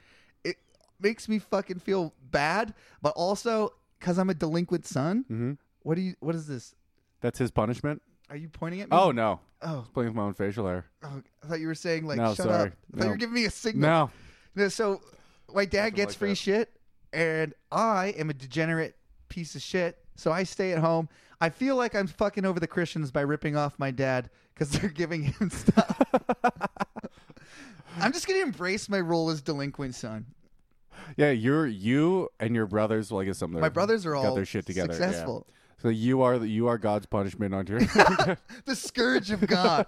it makes me fucking feel bad but also because i'm a delinquent son Mm-hmm. what do you what is this that's his punishment. are you pointing at me Oh no, oh, playing with my own facial hair. oh, i thought you were saying like No, shut sorry. up i thought you No. were giving me a signal No, No, so my dad gets like free that. shit and I am a degenerate piece of shit. So I stay at home. I feel like I'm fucking over the Christians by ripping off my dad because they're giving him stuff. I'm just gonna embrace my role as delinquent son. Yeah, you're you and your brothers. Well, I guess some of their, My brothers are got all their shit together. yeah. successful. So you are the- you are God's punishment on your. The scourge of God.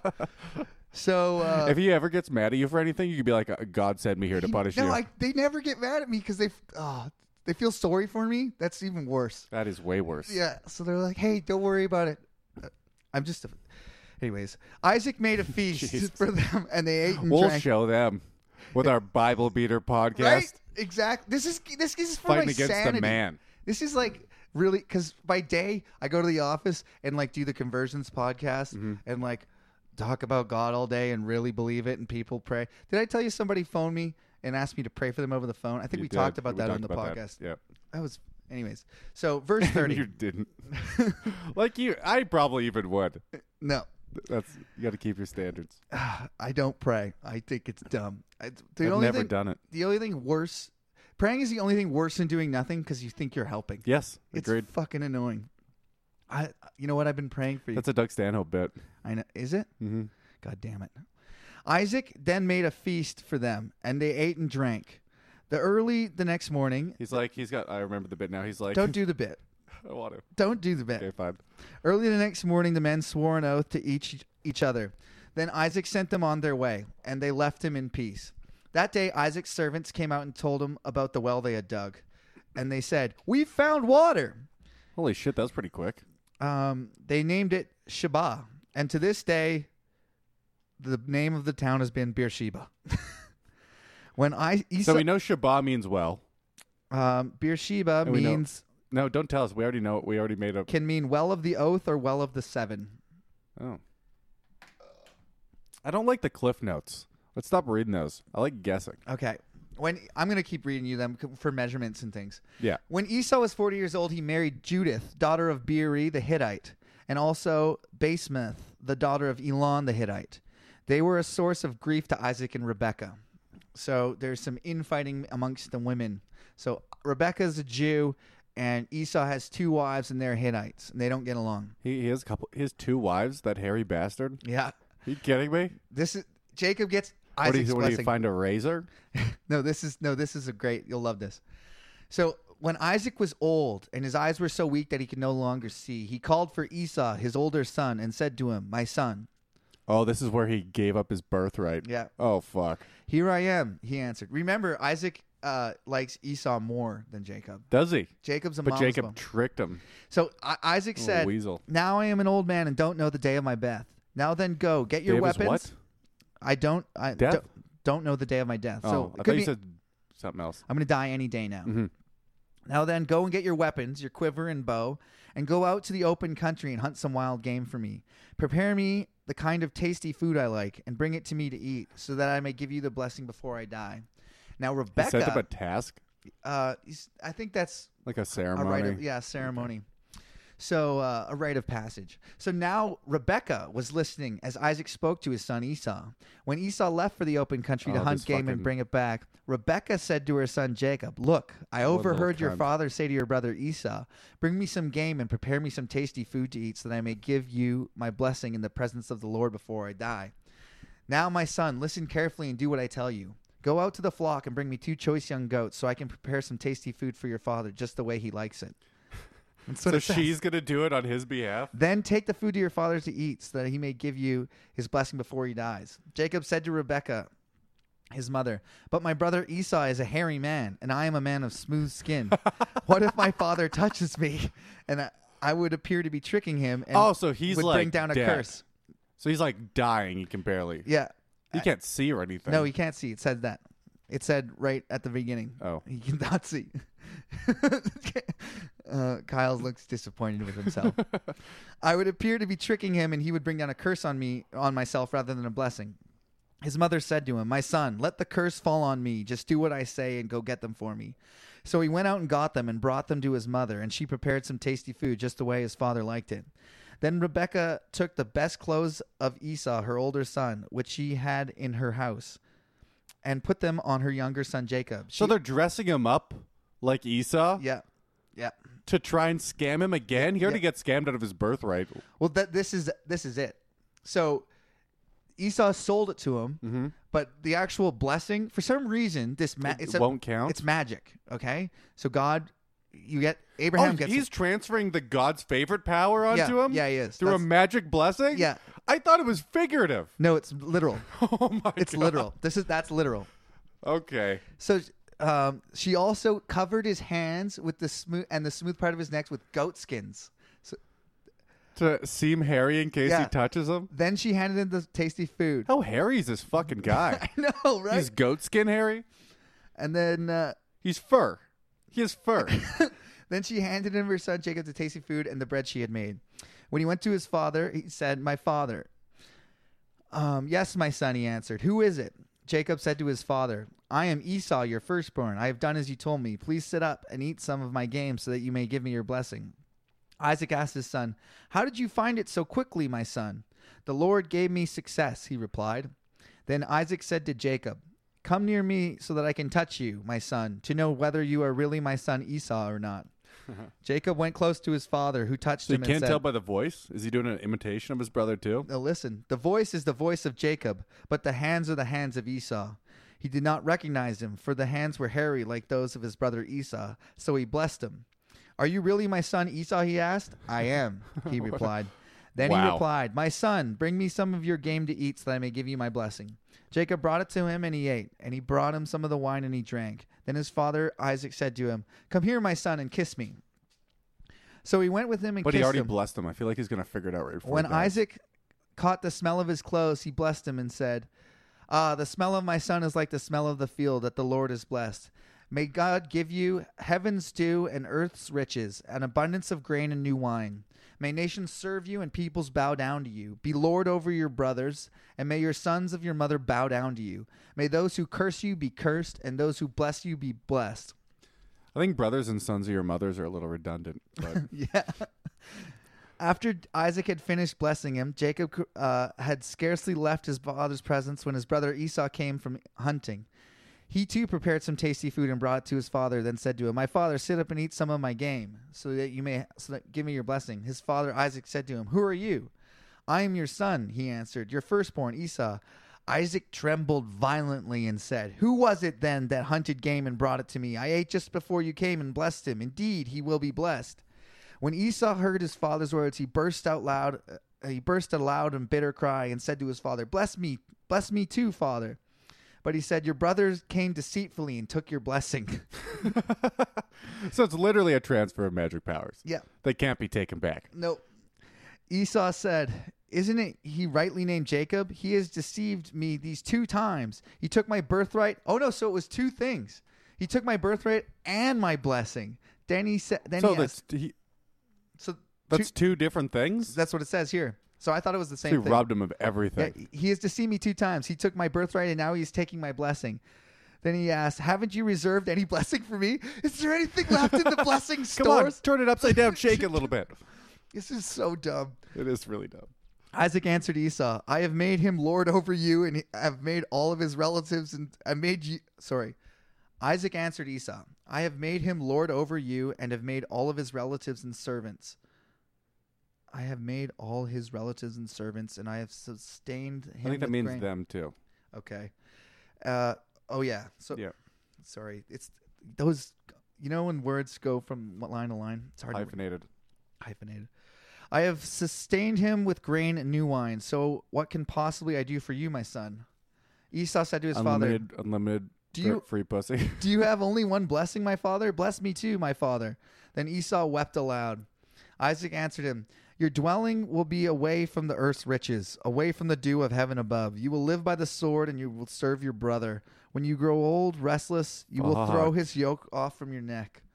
so uh, if he ever gets mad at you for anything, you could be like, "Uh, "God sent me here to He- punish no, you." I, they never get mad at me because they oh, they feel sorry for me. That's even worse. that is way worse. Yeah, so they're like, "Hey, don't worry about it." Uh, I'm just, a... anyways. Isaac made a feast Jesus. for them, and they ate and we'll drank. show them with our Bible beater podcast. Right? Exactly. This is this is for Fighting my against the sanity. man. This is like really because by day I go to the office and like do the conversions podcast Mm-hmm. and like talk about God all day and really believe it and people pray. Did I tell you somebody phoned me and asked me to pray for them over the phone? I think You we did. talked about We that talked on the about podcast. That. Yeah. That was, anyways. So verse You thirty. didn't. like you, I probably even would. no, That's you got to keep your standards. I don't pray. I think it's dumb. I, the I've only never thing, done it. The only thing worse, praying is the only thing worse than doing nothing because you think you're helping. Yes, It's agreed. fucking annoying. I, you know what? I've been praying for you. That's a Doug Stanhope bit. I know. Is it? Mm-hmm. God damn it. Isaac then made a feast for them, and they ate and drank. The early the next morning. He's like, he's got. I remember the bit now. He's like, Don't do the bit. I want to. Don't do the bit. Okay, fine. Early the next morning, the men swore an oath to each each other. Then Isaac sent them on their way, and they left him in peace. That day, Isaac's servants came out and told him about the well they had dug, and they said, "We found water." Holy shit, that was pretty quick. Um, they named it Sheba, and to this day, the name of the town has been Beersheba. when I Esau, So we know Shabbat means well. um, Beersheba we know- means No, don't tell us. We already know. it. We already made up. can mean well of the oath or well of the seven. Oh. I don't like the cliff notes. Let's stop reading those. I like guessing. Okay. When I'm going to keep reading you them c- for measurements and things. Yeah. When Esau was 40 years old, he married Judith, daughter of Beeri the Hittite, and also Basemath, the daughter of Elon the Hittite. They were a source of grief to Isaac and Rebekah. So there's some infighting amongst the women. So Rebekah's a Jew, and Esau has two wives, and they're Hittites, and they don't get along. He, he has a couple. He has two wives. That hairy bastard. Yeah. Are you kidding me? This is Jacob gets What do, Isaac's you, what do you blessing. find a razor? no, this is no, this is a great. You'll love this. So when Isaac was old and his eyes were so weak that he could no longer see, he called for Esau, his older son, and said to him, "My son, Oh, this is where he gave up his birthright. Yeah. Oh fuck. here I am." He answered. Remember, Isaac uh, likes Esau more than Jacob. Does he? Jacob's a But mom's Jacob Oh, bum. tricked him. So I Isaac said, weasel. "Now I am an old man and don't know the day of my death. Now then, go get your Gave his weapons. what? I don't. I Death? Don't, don't know the day of my death. Oh, so I it thought could you be, said something else. I'm going to die any day now. Now then, go and get your weapons, your quiver and bow, and go out to the open country and hunt some wild game for me. Prepare me the kind of tasty food I like, and bring it to me to eat, so that I may give you the blessing before I die. Now, He set up a Rebecca, task, uh, he's- I think that's like a a ceremony. rite of yeah ceremony. So uh, a rite of passage. So now Rebecca was listening as Isaac spoke to his son Esau. When Esau left for the open country to Oh, hunt this game and fucking- bring it back, Rebecca said to her son Jacob, "Look, I What little overheard your cunt. father say to your brother Esau, "Bring me some game and prepare me some tasty food to eat so that I may give you my blessing in the presence of the Lord before I die." Now, my son, listen carefully and do what I tell you. Go out to the flock and bring me two choice young goats so I can prepare some tasty food for your father just the way he likes it. That's what So it says. she's gonna do it on his behalf. Then take the food to your father to eat so that he may give you his blessing before he dies. Jacob said to Rebekah, his mother, But my brother Esau is a hairy man, and I am a man of smooth skin. what if my father touches me? And I, I would appear to be tricking him and Oh, so he's would bring like down a dead. curse. So he's like dying. He can barely. Yeah. He can't see or anything. No, he can't see. It said that. It said right at the beginning. Oh. he cannot see. uh, Kyle looks disappointed with himself. I would appear to be tricking him, and he would bring down a curse on me, on myself, rather than a blessing. His mother said to him, My son, let the curse fall on me. Just do what I say and go get them for me. So he went out and got them and brought them to his mother, and she prepared some tasty food just the way his father liked it. Then Rebekah took the best clothes of Esau, her older son, which she had in her house, and put them on her younger son Jacob. She, so they're dressing him up like Esau Yeah. Yeah. to try and scam him again. He already Yeah. got scammed out of his birthright. Well, that this is this is it. So Esau sold it to him, but the actual blessing, for some reason, this ma- Mm-hmm. It it's won't count? It's magic. Okay, so God, you get Abraham Oh, gets he's transferring the God's favorite power Yeah, onto him. yeah, he is. through a That's- magic blessing. Yeah. I thought it was figurative. no, it's literal. Oh my! It's God. literal. This is that's literal. Okay. So um, she also covered his hands with the smooth and the smooth part of his neck with goat skins. So To seem hairy in case he Yeah. touches him. then she handed him the tasty food. How hairy is this fucking guy? no, right? He's goat skin hairy. and then uh, He's fur. He has fur. Then she handed him her son Jacob the tasty food and the bread she had made. When he went to his father, he said, My father. Um, yes, my son, he answered. Who is it? Jacob said to his father, I am Esau, your firstborn. I have done as you told me. Please sit up and eat some of my game so that you may give me your blessing. Isaac asked his son, How did you find it so quickly, my son? The Lord gave me success, he replied. Then Isaac said to Jacob, Come near me so that I can touch you, my son, to know whether you are really my son Esau or not. Jacob went close to his father, who touched so you him and can't said, tell by the voice. Is he doing an imitation of his brother too? now listen, the voice is the voice of Jacob, but the hands are the hands of Esau. He did not recognize him, for the hands were hairy like those of his brother Esau, so he blessed him. Are you really my son Esau? he asked. I am, he replied. Then he Wow. replied, My son, bring me some of your game to eat so that I may give you my blessing. Jacob brought it to him and he ate, and he brought him some of the wine and he drank. Then his father Isaac said to him, Come here, my son, and kiss me. So he went with him and But kissed he already him. blessed him. I feel like he's gonna figure it out right before. When he dies. Isaac caught the smell of his clothes, he blessed him and said, Ah, the smell of my son is like the smell of the field that the Lord has blessed. May God give you heaven's dew and earth's riches, an abundance of grain and new wine. May nations serve you and peoples bow down to you. Be Lord over your brothers, and may your sons of your mother bow down to you. May those who curse you be cursed, and those who bless you be blessed. I think brothers and sons of your mothers are a little redundant, but Yeah. After Isaac had finished blessing him, Jacob uh, had scarcely left his father's presence when his brother Esau came from hunting. He too prepared some tasty food and brought it to his father. Then said to him, "My father, sit up and eat some of my game, so that you may so that, give me your blessing." His father Isaac said to him, "Who are you?" "I am your son," he answered, "your firstborn Esau." Isaac trembled violently and said, "Who was it then that hunted game and brought it to me? I ate just before you came and blessed him. Indeed, he will be blessed." When Esau heard his father's words, he burst out loud. Uh, he burst a loud and bitter cry and said to his father, "Bless me, bless me too, father." But he said, "Your brothers came deceitfully and took your blessing." so it's literally a transfer of magic powers. yeah, They can't be taken back. nope. Esau said, "Isn't it he rightly named Jacob? He has deceived me these two times. He took my birthright. Oh no, so it was two things. He took my birthright and my blessing." Then he said, "Then So he that's asked, he, so that's two- two different things. that's what it says here." So I thought it was the same He thing. robbed him of everything. Yeah, he has deceived me two times. He took my birthright, and now he's taking my blessing. Then he asked, "Haven't you reserved any blessing for me? Is there anything left in the blessing Come stores?" on, turn it upside down, shake it a little bit. This is so dumb. It is really dumb. Isaac answered Esau, "I have made him lord over you, and have made all of his relatives, and I made you sorry." Isaac answered Esau, "I have made him lord over you, and have made all of his relatives and servants. I have made all his relatives and servants, and I have sustained him." I think that with means grain." them too. Okay. Uh, oh yeah. So Yeah, sorry. It's those. You know when words go from line to line, it's hard to hyphenated. hyphenated. I have sustained him with grain and new wine. So what can possibly I do for you, my son? Esau said to his father, Unlimited, unlimited. Do fr- you- free pussy? "Do you have only one blessing, my father? Bless me too, my father." Then Esau wept aloud. Isaac answered him, "Your dwelling will be away from the earth's riches, away from the dew of heaven above. You will live by the sword, and you will serve your brother. When you grow old, restless, you will throw Fuck. his yoke off from your neck."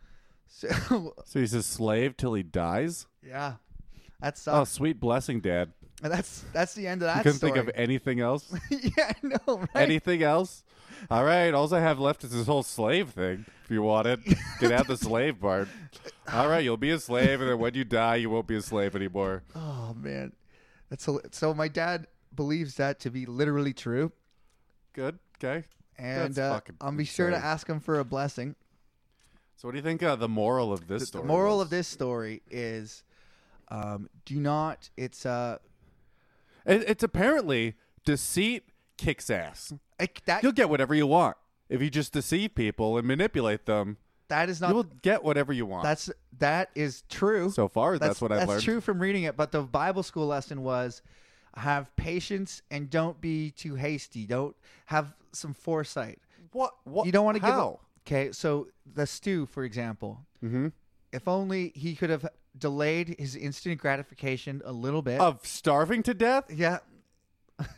So, so he's a slave till he dies. yeah, that Oh, sucks. sweet blessing, Dad. And that's that's the end of Uh, that. You couldn't story. think of anything else. yeah, I know, right? anything else? All right, all I have left is this whole slave thing. If you want it, get out the slave part. All right, you'll be a slave, and then when you die, you won't be a slave anymore. Oh man, that's hila- so. My dad believes that to be literally true, Good, okay. and That's uh, fucking I'll be sure to insane. ask him for a blessing. So what do you think uh, the moral of this The story? moral was? of this story is um, do not, it's, uh, It, it's apparently deceit kicks ass. it, that, You'll get whatever you want if you just deceive people and manipulate them. that is You will not, get whatever you want. that's, that is true. so far. That's, what I've that's learned. true from reading it. But the Bible school lesson was have patience and don't be too hasty. Don't have some foresight. What? What? You don't want to give how? up. Okay, so the stew, for example. Mm-hmm. If only he could have delayed his instant gratification a little bit. of starving to death. yeah.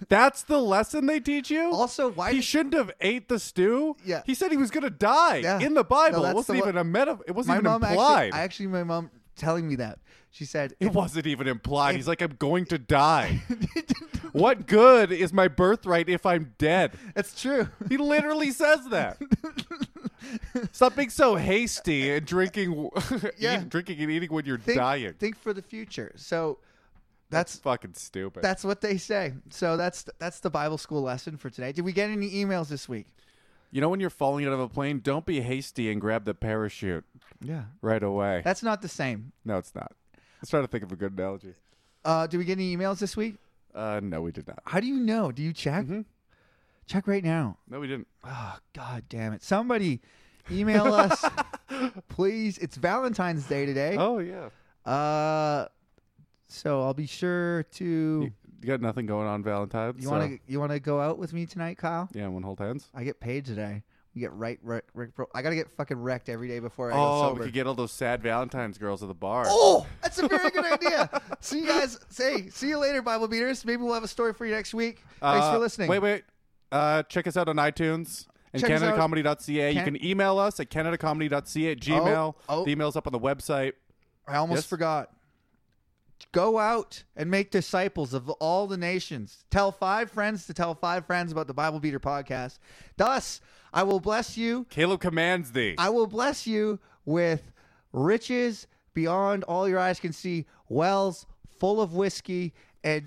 That's the lesson they teach you. Also, why he did- shouldn't have ate the stew. Yeah. He said he was gonna die Yeah. in the Bible. No, it that's wasn't the one- even a meta. It My wasn't even mom implied. actually, I actually, my mom telling me that she said, it wasn't even implied. He's like, I'm going to die. what good is my birthright if I'm dead? "It's true." He literally says that. Stop being so hasty and drinking, Yeah. eat- drinking and eating when you're Think, dying. think for the future. So that's fucking stupid. that's what they say. So that's that's the Bible school lesson for today. Did we get any emails this week? you know when you're falling out of a plane, don't be hasty and grab the parachute Yeah, right away. that's not the same. No, it's not. Let's try to think of a good analogy. Uh, do we get any emails this week? Uh, no, we did not. How do you know? Do you check? Mm-hmm. Check right now. No, we didn't. Oh, God damn it. Somebody email us, please. It's Valentine's Day today. Oh yeah, Uh, so I'll be sure to. you, you got nothing going on Valentine's. You so- want to you want to go out with me tonight, Kyle? Yeah, one hold hands. I get paid today. We get right, right, right pro- I gotta get fucking wrecked every day before I Oh, go we sober. could get all those sad Valentine's girls at the bar. oh, that's a very good idea. See you guys. Say, see you later, Bible beaters. Maybe we'll have a story for you next week. Thanks Uh, for listening. Wait, wait. Uh, check us out on iTunes and Check us out. CanadaComedy.ca. you Can- can email us at CanadaComedy.ca at Gmail. oh. The email's up on the website. I almost Yes? forgot. Go out and make disciples of all the nations. Tell five friends to tell five friends about the Bible Beater podcast. Thus, I will bless you. Caleb commands thee. I will bless you with riches beyond all your eyes can see, wells full of whiskey and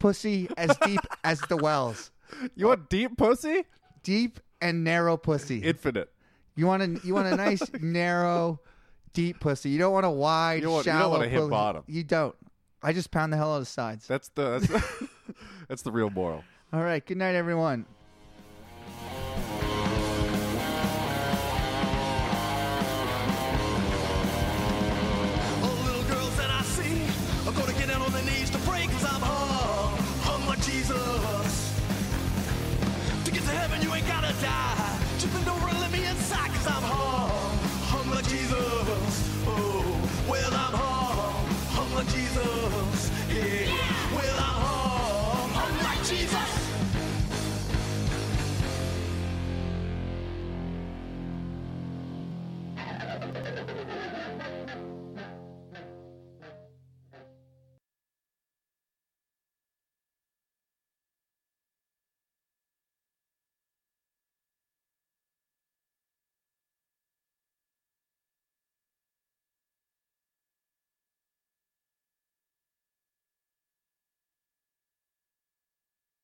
pussy as deep as the wells. you want deep pussy? Deep and narrow pussy. Infinite. you want a you want a nice narrow deep pussy. You don't want a wide You don't want- you don't shallow want to hit pussy. bottom. You don't. I just pound the hell out of sides. That's the that's the, that's the real moral. All right. Good night, everyone. All the little girls that I see are gonna get down on their knees to pray cause I'm hung, hung like Jesus. To get to heaven, you ain't gotta die. Oh,